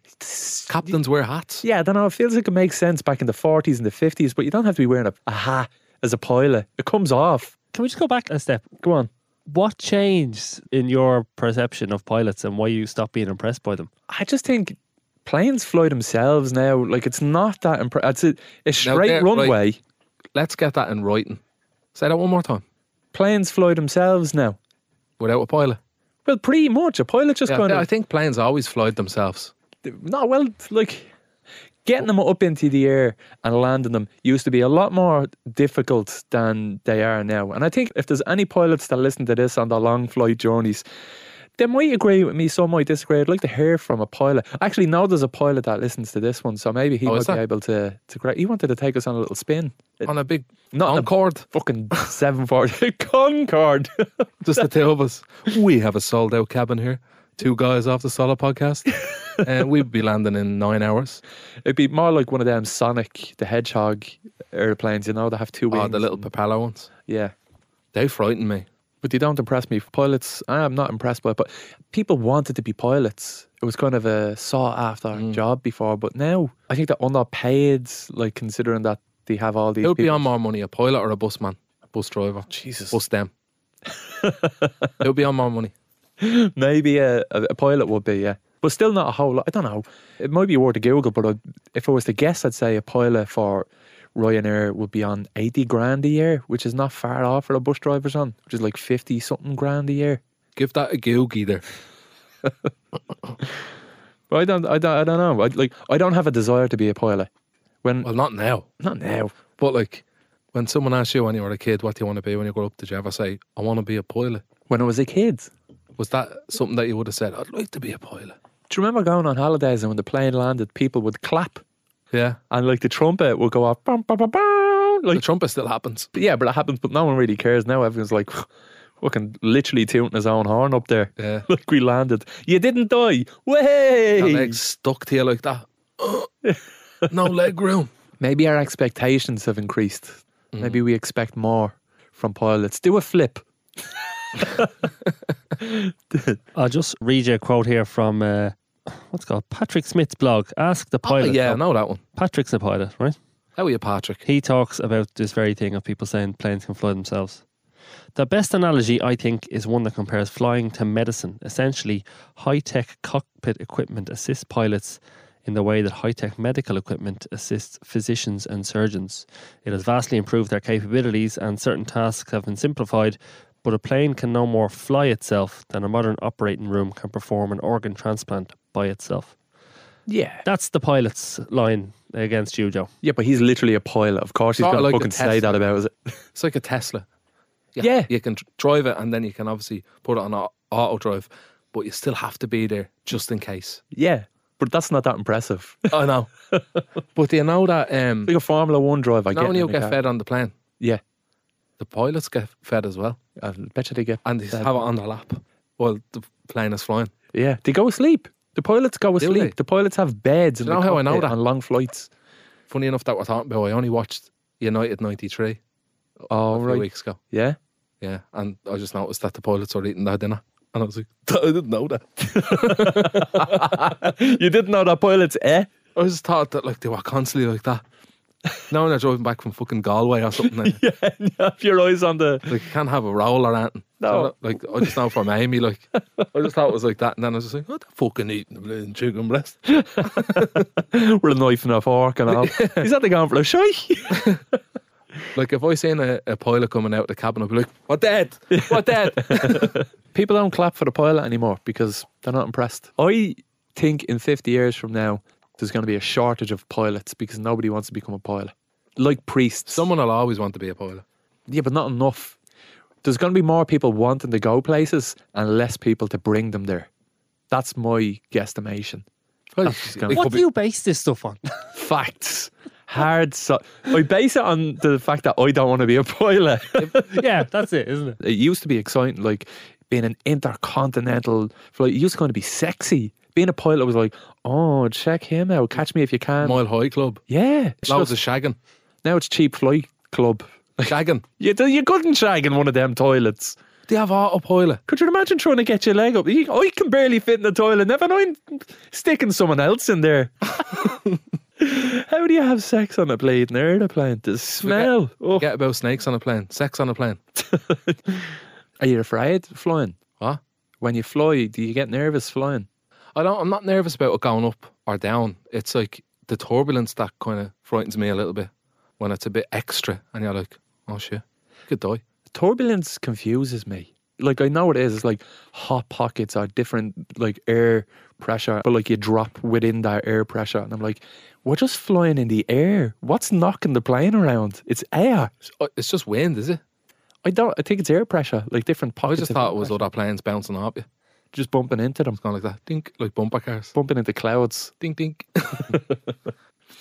Speaker 5: Captains wear hats.
Speaker 4: Yeah, I don't know. It feels like it makes sense back in the 40s and the 50s, but you don't have to be wearing a, a hat as a pilot. It comes off.
Speaker 6: Can we just go back a step?
Speaker 4: Go on.
Speaker 6: What changed in your perception of pilots and why you stopped being impressed by them?
Speaker 4: I just think planes fly themselves now. Like it's not that impressive. It's a, a straight
Speaker 5: they're- right.
Speaker 4: runway.
Speaker 5: Let's get that in writing. Say that one more time.
Speaker 4: Planes fly themselves now.
Speaker 5: Without a pilot.
Speaker 4: Well, pretty much. A pilot just
Speaker 5: Yeah,
Speaker 4: kind
Speaker 5: I
Speaker 4: of
Speaker 5: think planes always fly themselves.
Speaker 4: no. Well, like getting them up into the air and landing them used to be a lot more difficult than they are now. And I think if there's any pilots that listen to this on their long flight journeys. They might agree with me, some might disagree. I'd like to hear from a pilot. I actually know there's a pilot that listens to this one, so maybe he
Speaker 5: Oh,
Speaker 4: might
Speaker 5: is
Speaker 4: be
Speaker 5: there?
Speaker 4: able to, to. correct- He wanted to take us on a little spin.
Speaker 5: On a big
Speaker 4: Not a-
Speaker 5: Concorde.
Speaker 4: fucking 740 Concorde.
Speaker 5: Just the two of us. We have a sold out cabin here. Two guys off the solo podcast. And we'd be landing in nine hours.
Speaker 4: It'd be more like one of them Sonic the Hedgehog airplanes, you know, they have two wings.
Speaker 5: Oh, the little propeller ones.
Speaker 4: Yeah.
Speaker 5: They frighten me.
Speaker 4: But they don't impress me. Pilots, I'm not impressed by it, but people wanted to be pilots. It was kind of a sought after
Speaker 5: Mm.
Speaker 4: job before, but now I think they're underpaid, like considering that they have all these.
Speaker 5: It would be
Speaker 4: people-
Speaker 5: on more money, a pilot or a busman, a bus driver.
Speaker 4: Jesus.
Speaker 5: Bus them. it would be on more money.
Speaker 4: Maybe a, a, a pilot would be, yeah. But still not a whole lot. I don't know. It might be worth a Google, but I'd, if I was to guess, I'd say a pilot for Ryanair would be on 80 grand a year, which is not far off for a bus driver's on, which is like 50 something grand a year.
Speaker 5: Give that a googie there.
Speaker 4: But I don't, I don't, I don't know. I, like, I don't have a desire to be a pilot. When,
Speaker 5: Well, not now.
Speaker 4: not now.
Speaker 5: But like, when someone asks you when you were a kid, what do you want to be when you grow up? Did you ever say, I want to be a pilot?
Speaker 4: When I was a kid.
Speaker 5: Was that something that you would have said, I'd like to be a pilot?
Speaker 4: Do you remember going on holidays and when the plane landed, people would clap
Speaker 5: Yeah.
Speaker 4: and like the trumpet would go off. Bum, bum, bum, bum, like
Speaker 5: The trumpet still happens.
Speaker 4: yeah, but it happens. But no one really cares now. Everyone's like, fucking literally tooting his own horn up there.
Speaker 5: Yeah.
Speaker 4: Look, we landed. You didn't die.
Speaker 5: That
Speaker 4: Way.
Speaker 5: leg's stuck to you like that. no leg room.
Speaker 4: Maybe our expectations have increased.
Speaker 5: Mm-hmm.
Speaker 4: Maybe we expect more from pilots. Do a flip.
Speaker 6: I'll just read you a quote here from uh, what's it called Patrick Smith's blog. Ask
Speaker 5: Oh,
Speaker 6: the pilot.
Speaker 5: yeah, I
Speaker 6: So
Speaker 5: know that one.
Speaker 6: Patrick's a pilot, right?
Speaker 5: How are you, Patrick?
Speaker 6: He talks about this very thing of people saying planes can fly themselves. The best analogy, I think, is one that compares flying to medicine. Essentially, high tech cockpit equipment assists pilots in the way that high tech medical equipment assists physicians and surgeons. It has vastly improved their capabilities, and certain tasks have been simplified. But a plane can no more fly itself than a modern operating room can perform an organ transplant by itself.
Speaker 4: Yeah.
Speaker 6: That's the pilot's line against you, Joe.
Speaker 4: Yeah, but he's literally a pilot. Of course, he's
Speaker 5: Sorta
Speaker 4: going
Speaker 5: like
Speaker 4: to fucking
Speaker 5: the
Speaker 4: say
Speaker 5: Tesla.
Speaker 4: that about it.
Speaker 5: It's like a Tesla.
Speaker 4: Yeah.
Speaker 5: You can dr- drive it and then you can obviously put it on au- auto drive, but you still have to be there just in case.
Speaker 4: Yeah. But that's not that impressive.
Speaker 5: I know. but do you know that um,
Speaker 4: like a Formula One driver.
Speaker 5: not
Speaker 4: getting
Speaker 5: only
Speaker 4: in
Speaker 5: you
Speaker 4: the
Speaker 5: get
Speaker 4: car.
Speaker 5: fed on the plane,
Speaker 4: Yeah.
Speaker 5: the pilots get fed as well.
Speaker 4: I bet you they get.
Speaker 5: And they have it on their lap while the plane is flying.
Speaker 4: Yeah, they go asleep. The pilots go asleep.
Speaker 5: they?
Speaker 4: The pilots have beds. and
Speaker 5: you know how I know that?
Speaker 4: On long flights.
Speaker 5: Funny enough that we're talking about, I only watched United 93
Speaker 4: Oh,
Speaker 5: a few
Speaker 4: right.
Speaker 5: weeks ago.
Speaker 4: Yeah.
Speaker 5: Yeah, and I just noticed that the pilots are eating their dinner, and I was like, I didn't know that.
Speaker 4: You didn't know that pilots, eh?
Speaker 5: I just thought that like they were constantly like that. now when they're driving back from fucking Galway or something, like,
Speaker 4: Yeah, you have your eyes on the.
Speaker 5: like you can't have a roll or anything.
Speaker 4: No.
Speaker 5: like I just know from Amy, like I just thought it was like that, and then I was just like, what the fucking eating the blooming chicken breast?
Speaker 4: With a knife and a fork and all. Is that the gone for a shy?
Speaker 5: Like if I seen a, a pilot coming out of the cabin, I'd be like, what dead? What dead?
Speaker 4: People don't clap for the pilot anymore because they're not impressed. I think in 50 years from now, there's going to be a shortage of pilots because nobody wants to become a pilot. Like priests.
Speaker 5: Someone will always want to be a pilot.
Speaker 4: Yeah, but not enough. There's going to be more people wanting to go places and less people to bring them there. That's my guesstimation.
Speaker 5: Well,
Speaker 4: gonna-
Speaker 5: it
Speaker 6: What
Speaker 5: could
Speaker 6: do you base this stuff on?
Speaker 4: Facts. Hard. So- I base it on the fact that I don't want to be a pilot.
Speaker 6: yeah, that's it, isn't it?
Speaker 4: it used to be exciting, like being an intercontinental flight. It used to kind of be sexy. Being a pilot was like, oh, check him out. Catch me if you
Speaker 5: be
Speaker 4: can.
Speaker 5: Mile High Club.
Speaker 4: yeah. It's
Speaker 5: Loads
Speaker 4: just-
Speaker 5: of shagging.
Speaker 4: now it's cheap flight club.
Speaker 5: Shagging.
Speaker 4: You, you couldn't shag in one of them toilets.
Speaker 5: They have autopilot.
Speaker 4: Could you imagine trying to get your leg up? You- I can barely fit in the toilet. Never mind sticking someone else in there. How do you have sex on a plane? An airplane? The smell. Oh.
Speaker 5: Get about snakes on a plane. Sex on a plane.
Speaker 4: Are you afraid flying?
Speaker 5: What?
Speaker 4: When you fly, do you get nervous flying?
Speaker 5: I don't. I'm not nervous about it going up or down. It's like the turbulence that kind of frightens me a little bit when it's a bit extra, and you're like, oh shit, you could die.
Speaker 4: Turbulence confuses me. Like I know it is. It's like hot pockets are different, like air pressure, but like you drop within that air pressure, and I'm like, we're just flying in the air. What's knocking the plane around? It's air.
Speaker 5: It's- oh, It's just wind, is it?
Speaker 4: I don't. I think it's air pressure, like different
Speaker 5: I
Speaker 4: pockets.
Speaker 5: just
Speaker 4: of
Speaker 5: thought
Speaker 4: air
Speaker 5: it was other planes bouncing off you,
Speaker 4: just bumping into them,
Speaker 5: kind of like that. Dink, like bumper cars.
Speaker 4: bumping into clouds.
Speaker 5: Dink, dink.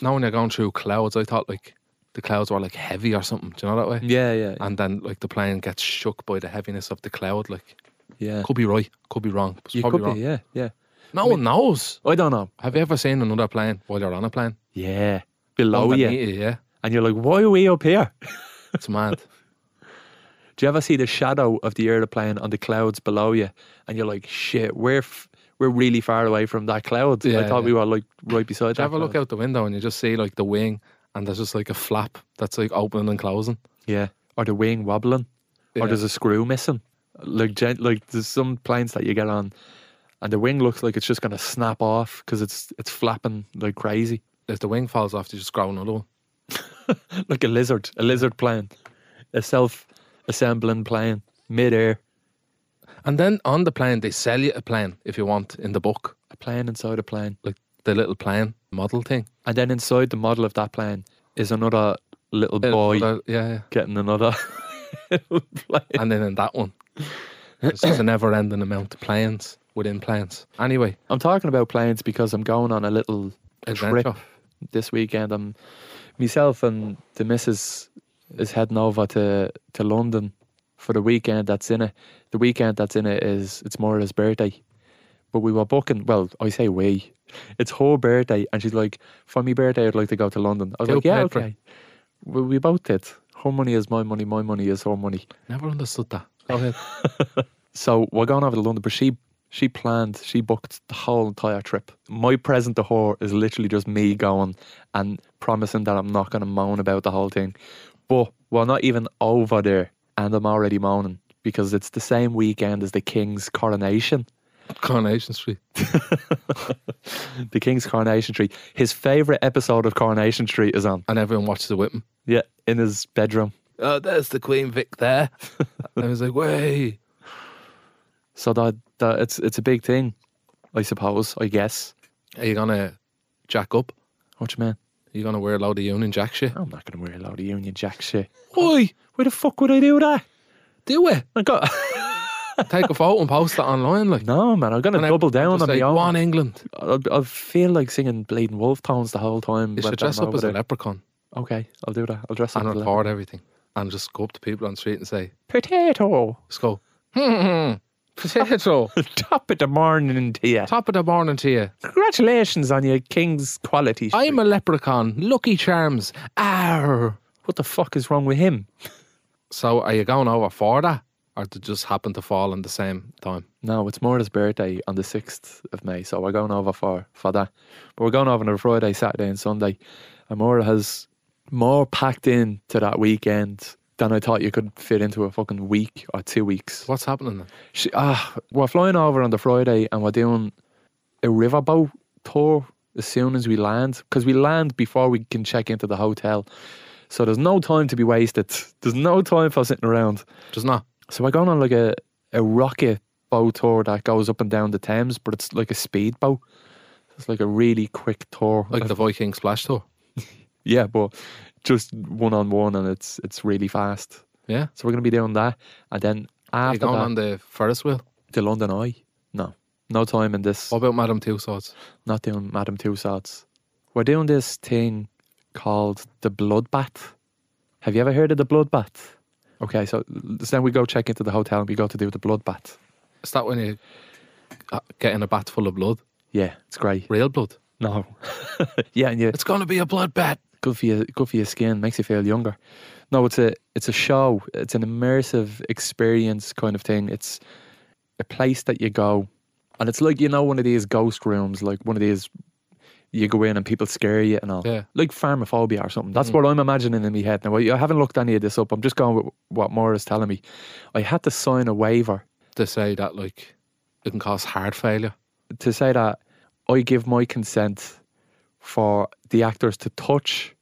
Speaker 5: now when you're going through clouds, I thought like the clouds were like heavy or something. Do you know that way?
Speaker 4: Yeah, yeah,
Speaker 5: And then like the plane gets shook by the heaviness of the cloud. Like
Speaker 4: yeah.
Speaker 5: could be right, could be wrong. It's
Speaker 4: You
Speaker 5: probably
Speaker 4: could
Speaker 5: wrong.
Speaker 4: be, yeah, yeah.
Speaker 5: No one knows.
Speaker 4: I don't know.
Speaker 5: Have you ever seen another plane while you're on a plane?
Speaker 4: Oh, Yeah, below
Speaker 5: Underneath
Speaker 4: you,
Speaker 5: you, yeah.
Speaker 4: and you're like, why are we up here?
Speaker 5: It's mad.
Speaker 4: Do you ever see the shadow of the airplane on the clouds below you? And you're like, shit, we're f- we're really far away from that cloud. I
Speaker 5: Yeah,
Speaker 4: thought
Speaker 5: yeah.
Speaker 4: we were like right beside
Speaker 5: Do
Speaker 4: that.
Speaker 5: you ever look
Speaker 4: cloud.
Speaker 5: out the window and you just see like the wing and there's just like a flap that's like opening and closing?
Speaker 4: Yeah, or the wing wobbling,
Speaker 5: Yeah.
Speaker 4: or there's a screw missing. Like gen- like there's some planes that you get on, and the wing looks like it's just gonna snap off because it's it's flapping like crazy,
Speaker 5: If the wing falls off, you just grow another one.
Speaker 4: like a lizard, a lizard plane, a self assembling plane mid air,
Speaker 5: And then on the plane, they sell you a plane if you want in the book,
Speaker 4: a plane inside a plane.
Speaker 5: like the little plane model thing.
Speaker 4: And then inside the model of that plane is another little boy
Speaker 5: Another- Uh, yeah, yeah.
Speaker 4: getting another plane.
Speaker 5: And then in that one, it's just a never ending amount of planes within planes. Anyway,
Speaker 4: I'm talking about planes because I'm going on a little
Speaker 5: adventure.
Speaker 4: trip this weekend. I'm myself and the missus is heading over to, to London for the weekend that's in it. The weekend that's in it is it's Moira's birthday. But we were booking well, I say we. It's her birthday and she's like, For my birthday I'd like to go to London. I was
Speaker 5: Who
Speaker 4: like, Yeah,
Speaker 5: paid for it?"
Speaker 4: okay. Well, we both did. Her money is my money, my money is her money.
Speaker 5: Never understood that. Go ahead.
Speaker 4: So we're going over to London, but she she planned, she booked the whole entire trip. My present to her is literally just me going and promising that I'm not going to moan about the whole thing. But we're not even over there, and I'm already moaning because it's the same weekend as the King's coronation.
Speaker 5: Coronation Street.
Speaker 4: The King's coronation tree. His favorite episode of Coronation Street is on.
Speaker 5: And everyone watches it with him.
Speaker 4: Yeah, in his bedroom.
Speaker 5: Oh, there's the Queen Vic there. and I was like, way.
Speaker 4: So that, that it's it's a big thing, I suppose. I guess.
Speaker 5: Are you going to jack up?
Speaker 4: What you mean?
Speaker 5: Are you going to wear a load of Union Jack shit?
Speaker 4: I'm not going to wear a load of Union Jack shit.
Speaker 5: Why?
Speaker 4: Where the fuck would I do that?
Speaker 5: Do it.
Speaker 4: I got
Speaker 5: Take a photo and post it online. Like,
Speaker 4: no, man. I'm gonna
Speaker 5: And I-
Speaker 4: double down
Speaker 5: just
Speaker 4: on
Speaker 5: say,
Speaker 4: my own.
Speaker 5: One England.
Speaker 4: I'll, I'll feel like singing Bleeding Wolf Tones the whole time.
Speaker 5: You
Speaker 4: when
Speaker 5: should dress
Speaker 4: I'm
Speaker 5: up
Speaker 4: over
Speaker 5: as a
Speaker 4: there.
Speaker 5: leprechaun
Speaker 4: Okay, I'll do that. I'll dress up
Speaker 5: and
Speaker 4: as a
Speaker 5: record everything and just go up to people on the street and say,
Speaker 4: potato.
Speaker 5: just go, hmm, potato,
Speaker 4: Top of the morning to you.
Speaker 5: top of the morning to you.
Speaker 4: Congratulations on your King's quality.
Speaker 5: I'm a leprechaun, Lucky Charms. Arr.
Speaker 4: what the fuck is wrong with him?
Speaker 5: So are you going over for that? or they just happen to fall in the same time?
Speaker 4: No, it's Maura's birthday on the 6th of May, so we're going over for, for that. But we're going over on a Friday, Saturday, and Sunday. And Maura has more packed in to that weekend than I thought you could fit into a fucking week or two weeks.
Speaker 5: What's happening then?
Speaker 4: She, ah, we're flying over on the Friday and we're doing a riverboat tour as soon as we land because we land before we can check into the hotel. So there's no time to be wasted. There's no time for sitting around.
Speaker 5: Just not.
Speaker 4: So we're going on like a, a rocket boat tour that goes up and down the Thames, but it's like a speedboat. It's like a really quick tour.
Speaker 5: Like the Viking splash tour.
Speaker 4: yeah, but just one on one and it's it's really fast.
Speaker 5: Yeah.
Speaker 4: So we're gonna be doing that and then
Speaker 5: Are you
Speaker 4: after
Speaker 5: going
Speaker 4: that
Speaker 5: on the Ferris wheel?
Speaker 4: to London Eye. No. No time in this
Speaker 5: What about Madame Tussauds?
Speaker 4: not doing Madame Tussauds. We're doing this thing called the Bloodbath. Have you ever heard of the Bloodbath? Okay, so, so then we go check into the hotel and we go to do the Bloodbath.
Speaker 5: Is that when you uh, get in a bat full of blood?
Speaker 4: Yeah, it's great.
Speaker 5: Real blood?
Speaker 4: No. yeah, and you,
Speaker 5: It's going to be a bloodbath.
Speaker 4: good for your good for your skin, makes you feel younger. No, it's a it's a show. It's an immersive experience kind of thing. It's a place that you go, and it's like you know one of these ghost rooms, like one of these you go in and people scare you and all,
Speaker 5: Yeah.
Speaker 4: like pharmaphobia or something. That's what I'm imagining in my head now. I I haven't looked any of this up. I'm just going with what Maura's telling me. I had to sign a waiver
Speaker 5: They say that like it can cause heart failure.
Speaker 4: to say that I give my consent for the actors to touch,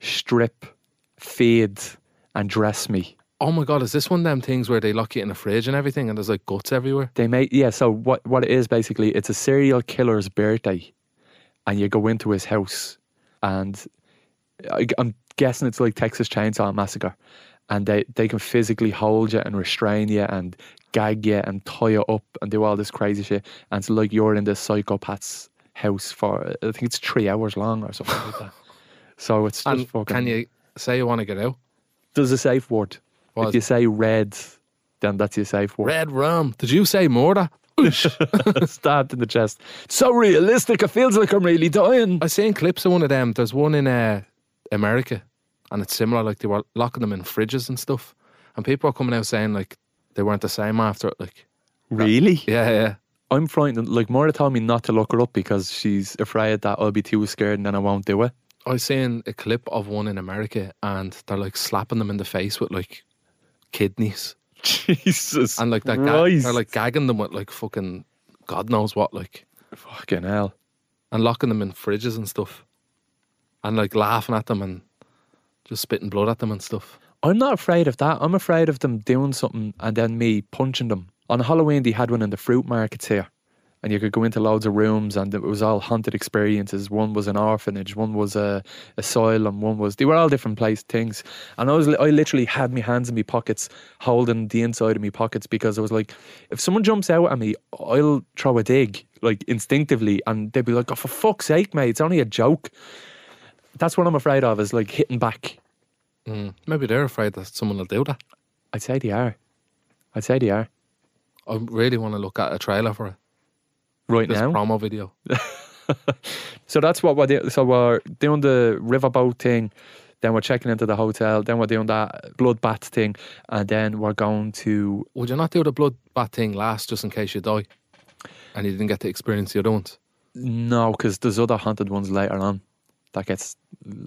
Speaker 4: strip, fade, and dress me.
Speaker 5: Oh my god, is this one of them things where they lock you in a fridge and everything and there's like guts everywhere?
Speaker 4: They may yeah. So what what it is basically, it's a serial killer's birthday, and you go into his house, and I, I'm guessing it's like Texas Chainsaw Massacre, and they they can physically hold you and restrain you and gag you and tie you up and do all this crazy shit, and it's like you're in this psychopath's house for I think it's three hours long or something like that. So it's just
Speaker 5: And
Speaker 4: fucking.
Speaker 5: can you say you want to get out?
Speaker 4: There's a safe word.
Speaker 5: What?
Speaker 4: If you say red, then that's your safe word.
Speaker 5: Red rum. Did you say murder? Oosh.
Speaker 4: stabbed in the chest. So realistic. It feels like I'm really dying.
Speaker 5: I seen clips of one of them. There's one in uh, America, and it's similar. Like they were locking them in fridges and stuff, and people are coming out saying like they weren't the same after it. Like
Speaker 4: Really?
Speaker 5: yeah, yeah,
Speaker 4: I'm frightened. Like, Maura told me not to look her up because she's afraid that I'll be too scared and then I won't do it.
Speaker 5: I seen a clip of one in America, and they're like slapping them in the face with like kidneys,
Speaker 4: Jesus.
Speaker 5: and like that. Ga-
Speaker 4: Christ.
Speaker 5: they're like gagging them with like fucking God knows what, like
Speaker 4: fucking hell.
Speaker 5: and locking them in fridges and stuff, and like laughing at them and just spitting blood at them and stuff.
Speaker 4: I'm not afraid of that. I'm afraid of them doing something and then me punching them. On Halloween, they had one in the fruit markets here. And you could go into loads of rooms, and it was all haunted experiences. One was an orphanage, one was a asylum, one was they were all different place things. And I was, li- I literally had my hands in my pockets, holding the inside of my pockets because I was like, if someone jumps out at me, I'll throw a dig like instinctively, and they'd be like, oh, for fuck's sake, mate, it's only a joke. That's what I'm afraid of is like hitting back.
Speaker 5: Maybe they're afraid that someone will do that.
Speaker 4: I'd say they are. I'd say they are.
Speaker 5: I really want to look at a trailer for it.
Speaker 4: Right
Speaker 5: This
Speaker 4: now.
Speaker 5: promo video.
Speaker 4: so that's what we're doing. So we're doing the riverboat thing, then we're checking into the hotel, then we're doing that bloodbath thing, and then we're going to.
Speaker 5: Would you not do the bloodbath thing last just in case you die? And you didn't get to experience the other ones.
Speaker 4: No, because there's other haunted ones later on that gets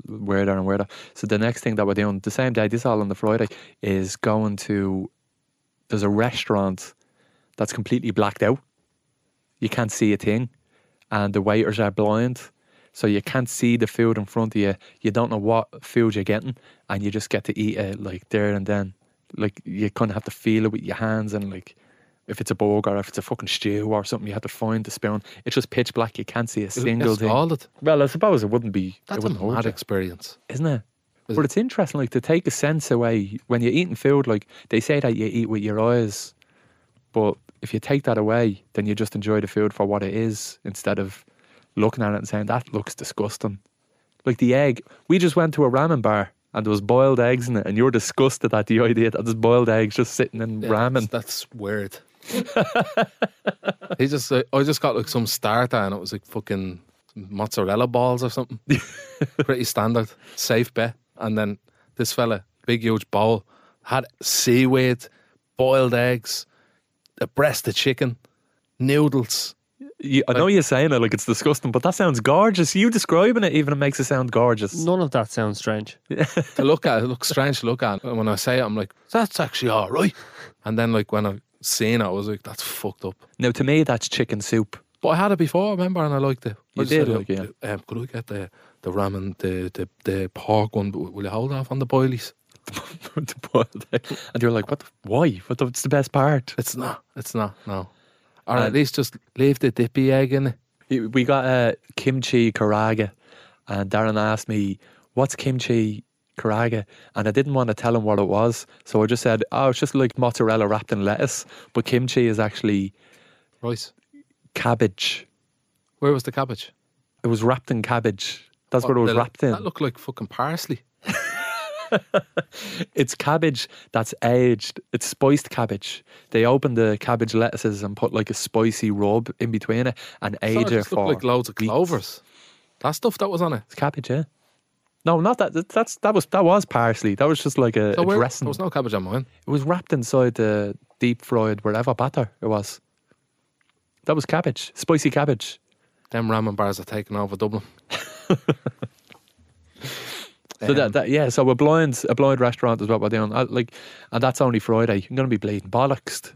Speaker 4: weirder and weirder. So the next thing that we're doing the same day, this all on the Friday, is going to. There's a restaurant that's completely blacked out. You can't see a thing, and the waiters are blind. So you can't see the food in front of you. You don't know what food you're getting, and you just get to eat it like there and then. Like you kind of have to feel it with your hands, and like if it's a burger, if it's a fucking stew or something, you have to find the spoon. It's just pitch black. You can't see a single
Speaker 5: That's
Speaker 4: thing.
Speaker 5: all that-
Speaker 4: Well, I suppose it wouldn't be. it
Speaker 5: That's a
Speaker 4: wouldn't hurt
Speaker 5: mad
Speaker 4: you,
Speaker 5: experience.
Speaker 4: isn't it?
Speaker 5: Is
Speaker 4: but
Speaker 5: it?
Speaker 4: it's interesting, like to take a sense away when you're eating food. Like they say that you eat with your eyes, but if you take that away, then you just enjoy the food for what it is instead of looking at it and saying that looks disgusting. Like the egg, we just went to a ramen bar and there was boiled eggs in it, and you were disgusted at the idea that there's boiled eggs just sitting in ramen.
Speaker 5: That's, that's weird. he just, uh, I just got like some starter and it was like fucking mozzarella balls or something. Pretty standard, safe bet. And then this fella, big huge bowl, had seaweed, boiled eggs, a breast of chicken, noodles.
Speaker 4: You, I know you're saying it like it's disgusting, but that sounds gorgeous. You describing it even it makes it sound gorgeous.
Speaker 6: None of that sounds strange.
Speaker 5: To look at it, it looks strange to look at. And when I say it, I'm like, that's actually all right. And then, like, when I seen it, I was like, that's fucked up.
Speaker 4: Now to me, that's chicken soup.
Speaker 5: But I had it before, remember, and I liked it. I
Speaker 4: You
Speaker 5: just
Speaker 4: did
Speaker 5: said,
Speaker 4: like it,
Speaker 5: Um, could I get the the ramen, the the, the pork one? But will you hold off on the boilies?
Speaker 4: to boiled egg. And you're like, what? The, why? What? The, it's the best part.
Speaker 5: It's not. It's not. No. Or at least just leave the dippy egg in it.
Speaker 4: We got uh, kimchi karaage, and Darren asked me, "What's kimchi karaage?" And I didn't want to tell him what it was, so I just said, "Oh, it's just like mozzarella wrapped in lettuce, but kimchi is actually
Speaker 5: Rice.
Speaker 4: cabbage.
Speaker 5: Where was the cabbage?
Speaker 4: It was wrapped in cabbage. That's what it was
Speaker 5: That-
Speaker 4: wrapped in.
Speaker 5: That looked like fucking parsley.
Speaker 4: It's cabbage that's aged. It's spiced cabbage. They open the cabbage lettuces and put like a spicy rub in between it and
Speaker 5: Sorry,
Speaker 4: age
Speaker 5: it
Speaker 4: it
Speaker 5: just
Speaker 4: for
Speaker 5: looked like loads of
Speaker 4: weeks.
Speaker 5: clovers. That stuff that was on it.
Speaker 4: It's cabbage, yeah. No, not that. that- That's that was that was parsley. That was just like a,
Speaker 5: So
Speaker 4: a
Speaker 5: where,
Speaker 4: dressing.
Speaker 5: there was no cabbage on mine.
Speaker 4: It was wrapped inside the deep fried wherever batter it was. That was cabbage, spicy cabbage.
Speaker 5: Them ramen bars are taking over Dublin.
Speaker 4: So
Speaker 5: Um,
Speaker 4: that, that yeah, so a blind a blind restaurant is what we're doing. I, Uh, like, and that's only Friday. I'm gonna be bleeding bollocks. So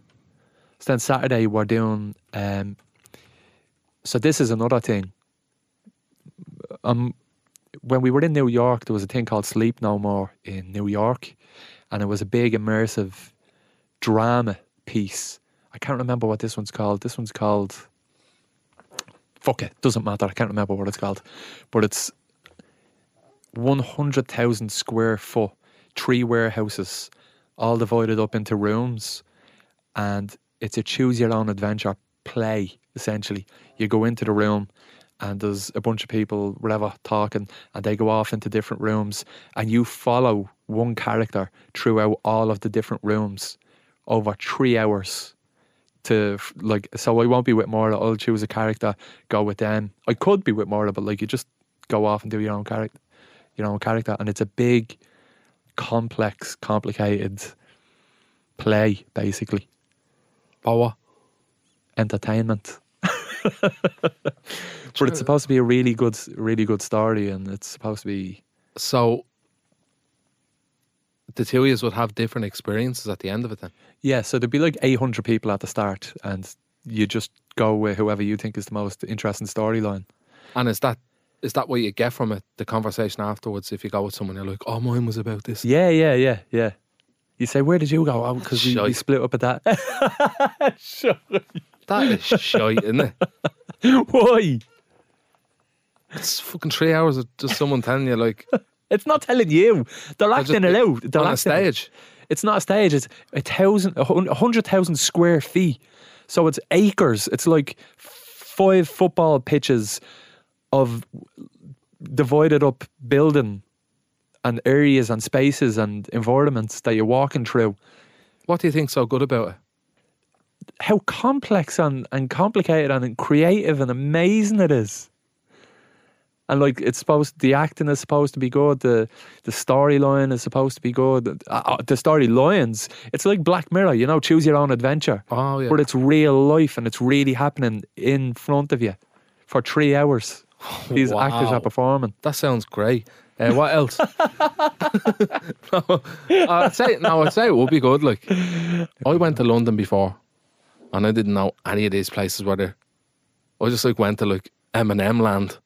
Speaker 4: then Saturday we're doing. Um, so this is another thing. Um, when we were in New York, there was a thing called Sleep No More in New York, and it was a big immersive drama piece. I can't remember what this one's called. This one's called. Fuck it, doesn't matter. I can't remember what it's called, but it's 100,000 square foot, three warehouses, all divided up into rooms. And it's a choose your own adventure play, essentially. You go into the room, and there's a bunch of people, whatever, talking, and they go off into different rooms, and you follow one character throughout all of the different rooms over three hours to f- like so I won't be with Mora, I'll choose a character, go with them. I could be with Mora, but like you just go off and do your own character your own character and it's a big, complex, complicated play, basically.
Speaker 5: Power.
Speaker 4: Entertainment. but it's supposed to be a really good really good story and it's supposed to be
Speaker 5: So the two of us would have different experiences at the end of it then.
Speaker 4: Yeah, so there'd be like 800 people at the start and you just go with whoever you think is the most interesting storyline.
Speaker 5: And is that is that what you get from it? The conversation afterwards, if you go with someone, you're like, "Oh, mine was about this."
Speaker 4: Yeah, yeah, yeah, yeah. You say, where did you go? Oh, because we, we
Speaker 5: Shite.
Speaker 4: split up at that.
Speaker 5: That is shite, isn't it?
Speaker 4: Why?
Speaker 5: It's fucking three hours of just someone telling you like
Speaker 4: It's not telling you. They're
Speaker 5: just-
Speaker 4: acting it out. They're
Speaker 5: on a
Speaker 4: acting it.
Speaker 5: stage.
Speaker 4: It's not a stage. It's a thousand, a hun- a hundred thousand square feet. So it's acres. It's like five football pitches of divided up building and areas and spaces and environments that you're walking through.
Speaker 5: What do you think's so good about it?
Speaker 4: How complex and, and complicated and creative and amazing it is. And like it's supposed, the acting is supposed to be good. The the storyline is supposed to be good. Uh, uh, the storylines, it's like Black Mirror, you know, choose your own adventure.
Speaker 5: Oh yeah.
Speaker 4: But it's real life and it's really happening in front of you for three hours. These actors
Speaker 5: Wow.
Speaker 4: are performing.
Speaker 5: That sounds great. Uh, what else? no, I'd say no. I'd say it would be good. Like, I went to London before, and I didn't know any of these places were there. I just like went to like M and M land,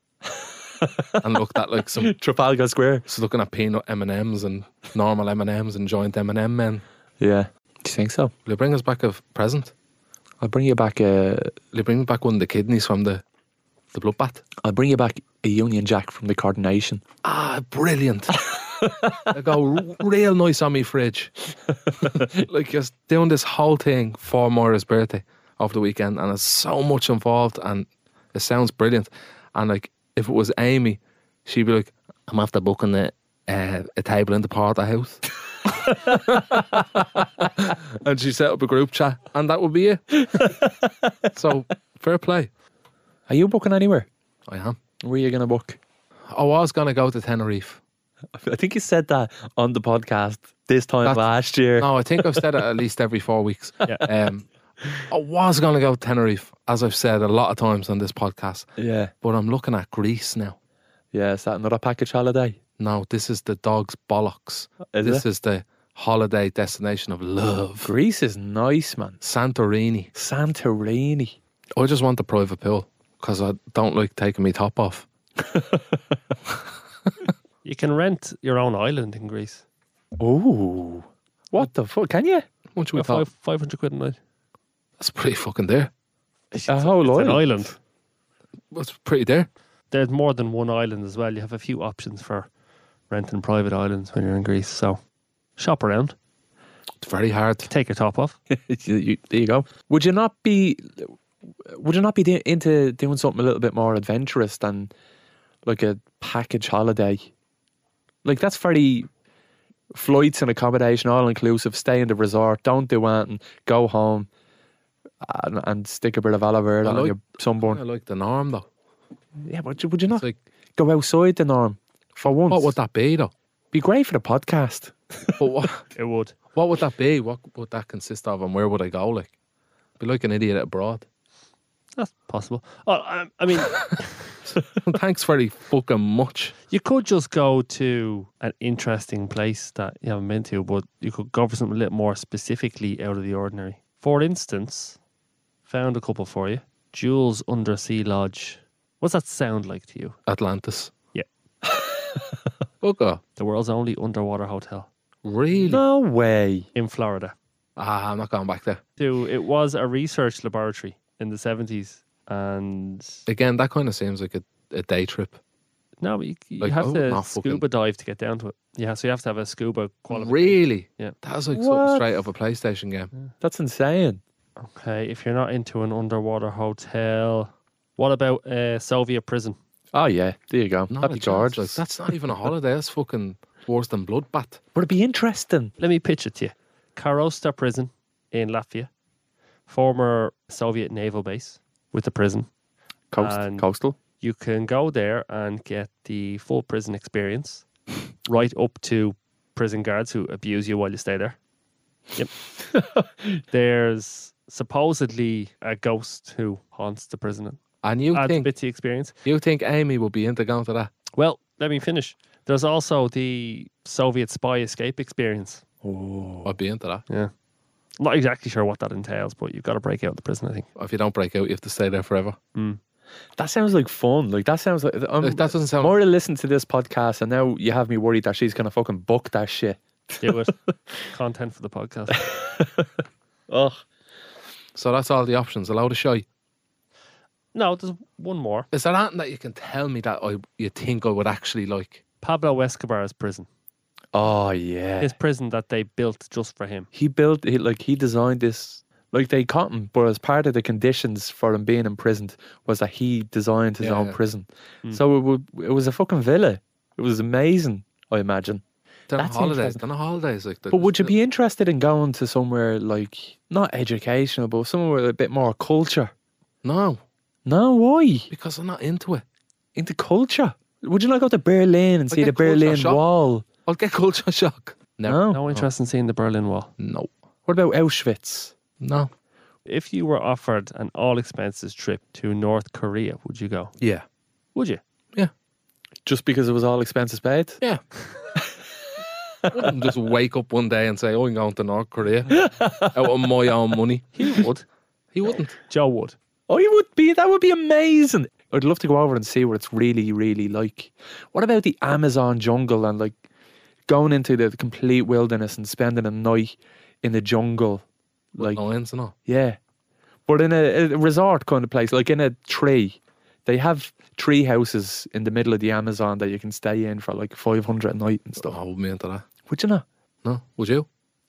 Speaker 5: and looked at like some
Speaker 4: Trafalgar Square.
Speaker 5: just looking at peanut M and M's and normal M and M's and joint M and M men.
Speaker 4: Yeah. Do you think so?
Speaker 5: Will you bring us back a present?
Speaker 4: I'll bring you back uh, a.
Speaker 5: Will you bring back one of the kidneys from the the blood bath?
Speaker 4: I'll bring you back a Union Jack from the coordination.
Speaker 5: ah, brilliant. I go "R- real nice on me fridge. like just doing this whole thing for Moira's birthday over the weekend, and it's so much involved, and it sounds brilliant. And like if it was Amy, she'd be like, "I'm after booking a uh, a table in the party house." and she set up a group chat, and that would be it. so fair play,
Speaker 4: Are you booking anywhere?
Speaker 5: I am.
Speaker 4: Where are you going to book?
Speaker 5: I was gonna go to Tenerife.
Speaker 4: I think you said that on the podcast this time
Speaker 5: That's-
Speaker 4: last year.
Speaker 5: No, I think I've said it at least every four weeks.
Speaker 6: Yeah.
Speaker 5: Um, I was going to go Tenerife, as I've said a lot of times on this podcast,
Speaker 4: Yeah.
Speaker 5: but I'm looking at Greece now.
Speaker 4: Yeah. Is that another package holiday?
Speaker 5: No, this is the dog's bollocks.
Speaker 4: Is
Speaker 5: this
Speaker 4: it?
Speaker 5: is the holiday destination of love.
Speaker 4: Greece is nice, man.
Speaker 5: Santorini.
Speaker 4: Santorini.
Speaker 5: I just want the private pool because I don't like taking my top off.
Speaker 6: You can rent your own island in Greece.
Speaker 4: Oh. What the fuck? Can you?
Speaker 5: Much we thought
Speaker 6: About five, 500 quid a night.
Speaker 5: that's pretty fucking there.
Speaker 4: A whole
Speaker 6: It's
Speaker 4: island.
Speaker 6: an island.
Speaker 5: That's pretty there.
Speaker 6: There's more than one island as well. You have a few options for renting private islands when you're in Greece. So shop around,
Speaker 5: It's very hard.
Speaker 6: take your top off.
Speaker 4: You- uh, you- there you go. Would you not be? Would you not be do- into doing something a little bit more adventurous than like a package holiday? Like that's very flights and accommodation, all inclusive. Stay in the resort. Don't do anything. Go home and, and stick a bit of aloe vera
Speaker 5: I
Speaker 4: on
Speaker 5: like-
Speaker 4: your
Speaker 5: I
Speaker 4: sunburn.
Speaker 5: like the norm though.
Speaker 4: Yeah, would you, would you
Speaker 5: It's
Speaker 4: not
Speaker 5: like,
Speaker 4: go outside the norm for once?
Speaker 5: what would that be though?
Speaker 4: be great for the podcast?
Speaker 5: But what,
Speaker 6: It would.
Speaker 5: what would that be? What would that consist of, and where would I go? Like, be like an idiot abroad.
Speaker 6: That's possible. Oh, I, I mean,
Speaker 5: Thanks very fucking much.
Speaker 6: you could just go to an interesting place that you haven't been to, but you could go for something a little more specifically out of the ordinary. For instance, found a couple for you. Jules Undersea Lodge. What's that sound like to you?
Speaker 5: Atlantis.
Speaker 6: Yeah.
Speaker 5: Fuck off.
Speaker 6: The world's only underwater hotel
Speaker 5: Really?
Speaker 4: No way.
Speaker 6: in Florida.
Speaker 5: Ah, I'm not going back there.
Speaker 6: So it was a research laboratory in the 70s. And
Speaker 5: Again, that kind of seems like a, a day trip.
Speaker 6: no, but you, you
Speaker 5: Like,
Speaker 6: have
Speaker 5: oh,
Speaker 6: to
Speaker 5: not
Speaker 6: scuba
Speaker 5: fucking-
Speaker 6: dive to get down to it. Yeah, so you have to have a scuba qualification.
Speaker 5: Really?
Speaker 6: Yeah.
Speaker 5: That was like
Speaker 4: What?
Speaker 5: something straight off a PlayStation game.
Speaker 4: That's insane.
Speaker 6: Okay, if you're not into an underwater hotel, what about a Soviet prison?
Speaker 4: Oh yeah, there you go.
Speaker 5: Not
Speaker 4: That'd
Speaker 5: a
Speaker 4: be
Speaker 5: chance, like,
Speaker 4: gorgeous.
Speaker 5: that's not even a holiday. That's fucking worse than Bloodbath.
Speaker 4: Would it be interesting?
Speaker 6: Let me pitch it to you. Karosta prison in Latvia, former Soviet naval base with the prison.
Speaker 4: Coast,
Speaker 6: And-
Speaker 4: coastal.
Speaker 6: You can go there and get the full prison experience, right up to prison guards who abuse you while you stay there. Yep. There's supposedly a ghost who haunts the prison.
Speaker 5: And you
Speaker 6: Adds a
Speaker 5: think
Speaker 6: bit to the experience.
Speaker 5: you think Amy would be into going to that?
Speaker 6: Well, let me finish. There's also the Soviet spy escape experience.
Speaker 5: I'd be into that.
Speaker 6: I'm not exactly sure what that entails, but you've got to break out of the prison, I think.
Speaker 5: If you don't break out, you have to stay there forever.
Speaker 4: That sounds like fun. Like that sounds like I'm,
Speaker 5: Like, that doesn't sound.
Speaker 4: Maura listened to this podcast, and now you have me worried that she's gonna fucking book that shit.
Speaker 6: Do it. Content for the podcast.
Speaker 4: Ugh.
Speaker 5: so that's all the options. Allow to show you.
Speaker 6: No, there's one more.
Speaker 5: Is there anything that you can tell me that I you think I would actually like?
Speaker 6: Pablo Escobar's prison.
Speaker 4: Oh yeah.
Speaker 6: His prison that they built just for him.
Speaker 4: He built he, like he designed this. Like they caught him, but as part of the conditions for him being imprisoned was that he designed his
Speaker 5: Yeah,
Speaker 4: own
Speaker 5: yeah.
Speaker 4: prison. So it, would, it was a fucking villa. It was amazing, I imagine.
Speaker 5: They're not
Speaker 4: That's
Speaker 5: holidays.
Speaker 4: interesting.
Speaker 5: They're not holidays. Like they're
Speaker 4: But would you
Speaker 5: just-
Speaker 4: be interested in going to somewhere like not educational, but somewhere with a bit more culture?
Speaker 5: No,
Speaker 4: No, why?
Speaker 5: because I'm not into it.
Speaker 4: into culture. Would you not go to Berlin and see
Speaker 5: get
Speaker 4: the
Speaker 5: culture
Speaker 4: Berlin
Speaker 5: shock.
Speaker 4: Wall?
Speaker 5: I'll get culture shock.
Speaker 4: No.
Speaker 6: No interest in seeing the Berlin Wall.
Speaker 5: No.
Speaker 4: What about Auschwitz?
Speaker 5: No.
Speaker 6: If you were offered an all expenses trip to North Korea, would you go?
Speaker 5: Yeah.
Speaker 6: Would you?
Speaker 4: Just because it was all expenses paid?
Speaker 5: Yeah. Wouldn't just wake up one day and say, oh, I'm going to North Korea out of my own money.
Speaker 6: He would.
Speaker 5: He wouldn't.
Speaker 6: Joe would.
Speaker 4: Oh, it would be. That would be amazing. I'd love to go over and see what it's really, really like. What about the Amazon jungle and like going into the complete wilderness and spending a night in the jungle? Like,
Speaker 5: No ends and all.
Speaker 4: yeah. But in a, a resort kind of place, like in a tree. They have tree houses in the middle of the Amazon that you can stay in for like 500 a night and
Speaker 5: No,
Speaker 4: stuff.
Speaker 5: I wouldn't be into that.
Speaker 4: Would you not?
Speaker 5: No. Would you?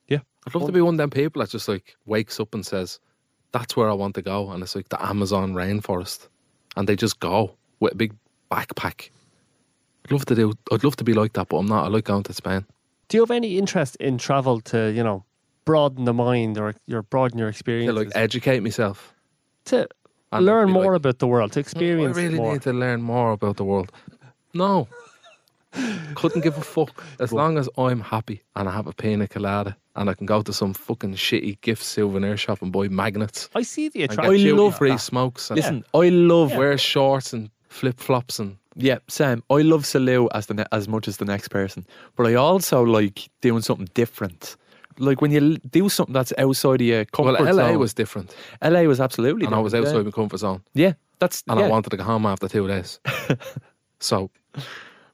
Speaker 6: Yeah.
Speaker 5: I'd love to be one of them people that just like wakes up and says, that's where I want to go. And it's like the Amazon rainforest. And they just go with a big backpack. I'd love to do, I'd love to be like that, but I'm not. I like going to Spain.
Speaker 6: Do you have any interest in travel to, you know, broaden the mind or your broaden your
Speaker 5: To
Speaker 6: experience?
Speaker 5: like educate myself.
Speaker 6: to
Speaker 5: And
Speaker 6: learn
Speaker 5: be
Speaker 6: more
Speaker 5: like, Mm,
Speaker 6: about the world, to
Speaker 5: I
Speaker 6: experience
Speaker 5: really
Speaker 6: more.
Speaker 5: need to learn more about the world. No. Couldn't give a fuck. As long as I'm happy and I have a pina colada and I can go to some fucking shitty gift souvenir shop and buy magnets.
Speaker 6: I see the
Speaker 5: And
Speaker 6: attraction.
Speaker 5: get
Speaker 4: I love
Speaker 5: free
Speaker 4: that.
Speaker 5: smokes and
Speaker 4: Listen, I love.
Speaker 5: wear shorts and flip flops and
Speaker 4: Yeah, Sam. I love Salou as the ne- as much as the next person, but I also like doing something different. Like when you l- do something that's outside of your
Speaker 5: well,
Speaker 4: comfort
Speaker 5: LA
Speaker 4: zone.
Speaker 5: was different,
Speaker 4: LA was absolutely.
Speaker 5: and I was
Speaker 4: different,
Speaker 5: outside my comfort zone,
Speaker 4: Yeah, yeah that's.
Speaker 5: and
Speaker 4: yeah.
Speaker 5: I wanted to go home after two days. so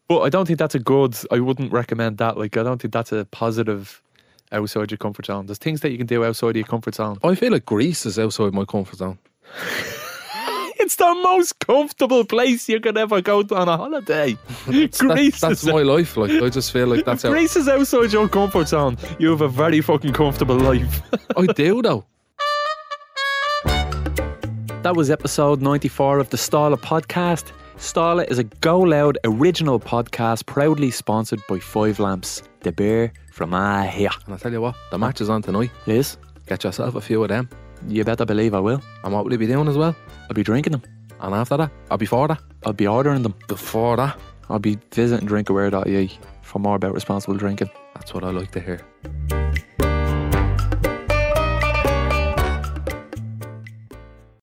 Speaker 4: But I don't think that's a good. I wouldn't recommend that. Like I don't think that's a positive outside your comfort zone. There's things that you can do outside of your comfort zone.
Speaker 5: I feel like Greece is outside my comfort zone.
Speaker 4: It's the most comfortable place you could ever go to on a holiday. Greece.
Speaker 5: That-
Speaker 4: is
Speaker 5: that's my life. Like I just feel like that's how
Speaker 4: Greece is outside your comfort zone. You have a very fucking comfortable life.
Speaker 5: I do though.
Speaker 4: That was episode 94 of the Stala podcast. Stala is a Go Loud original podcast proudly sponsored by Five Lamps, the beer from Ah here.
Speaker 5: And I tell you what, the match is on tonight.
Speaker 4: Liz,
Speaker 5: Get yourself a few of them.
Speaker 4: you better believe I will.
Speaker 5: And what will you be doing as well?
Speaker 4: I'll be drinking them.
Speaker 5: And after that, or before that,
Speaker 4: I'll be ordering them.
Speaker 5: before that.
Speaker 4: E I'll be visiting drinkaware.ie for more about responsible drinking.
Speaker 5: That's what I like to hear.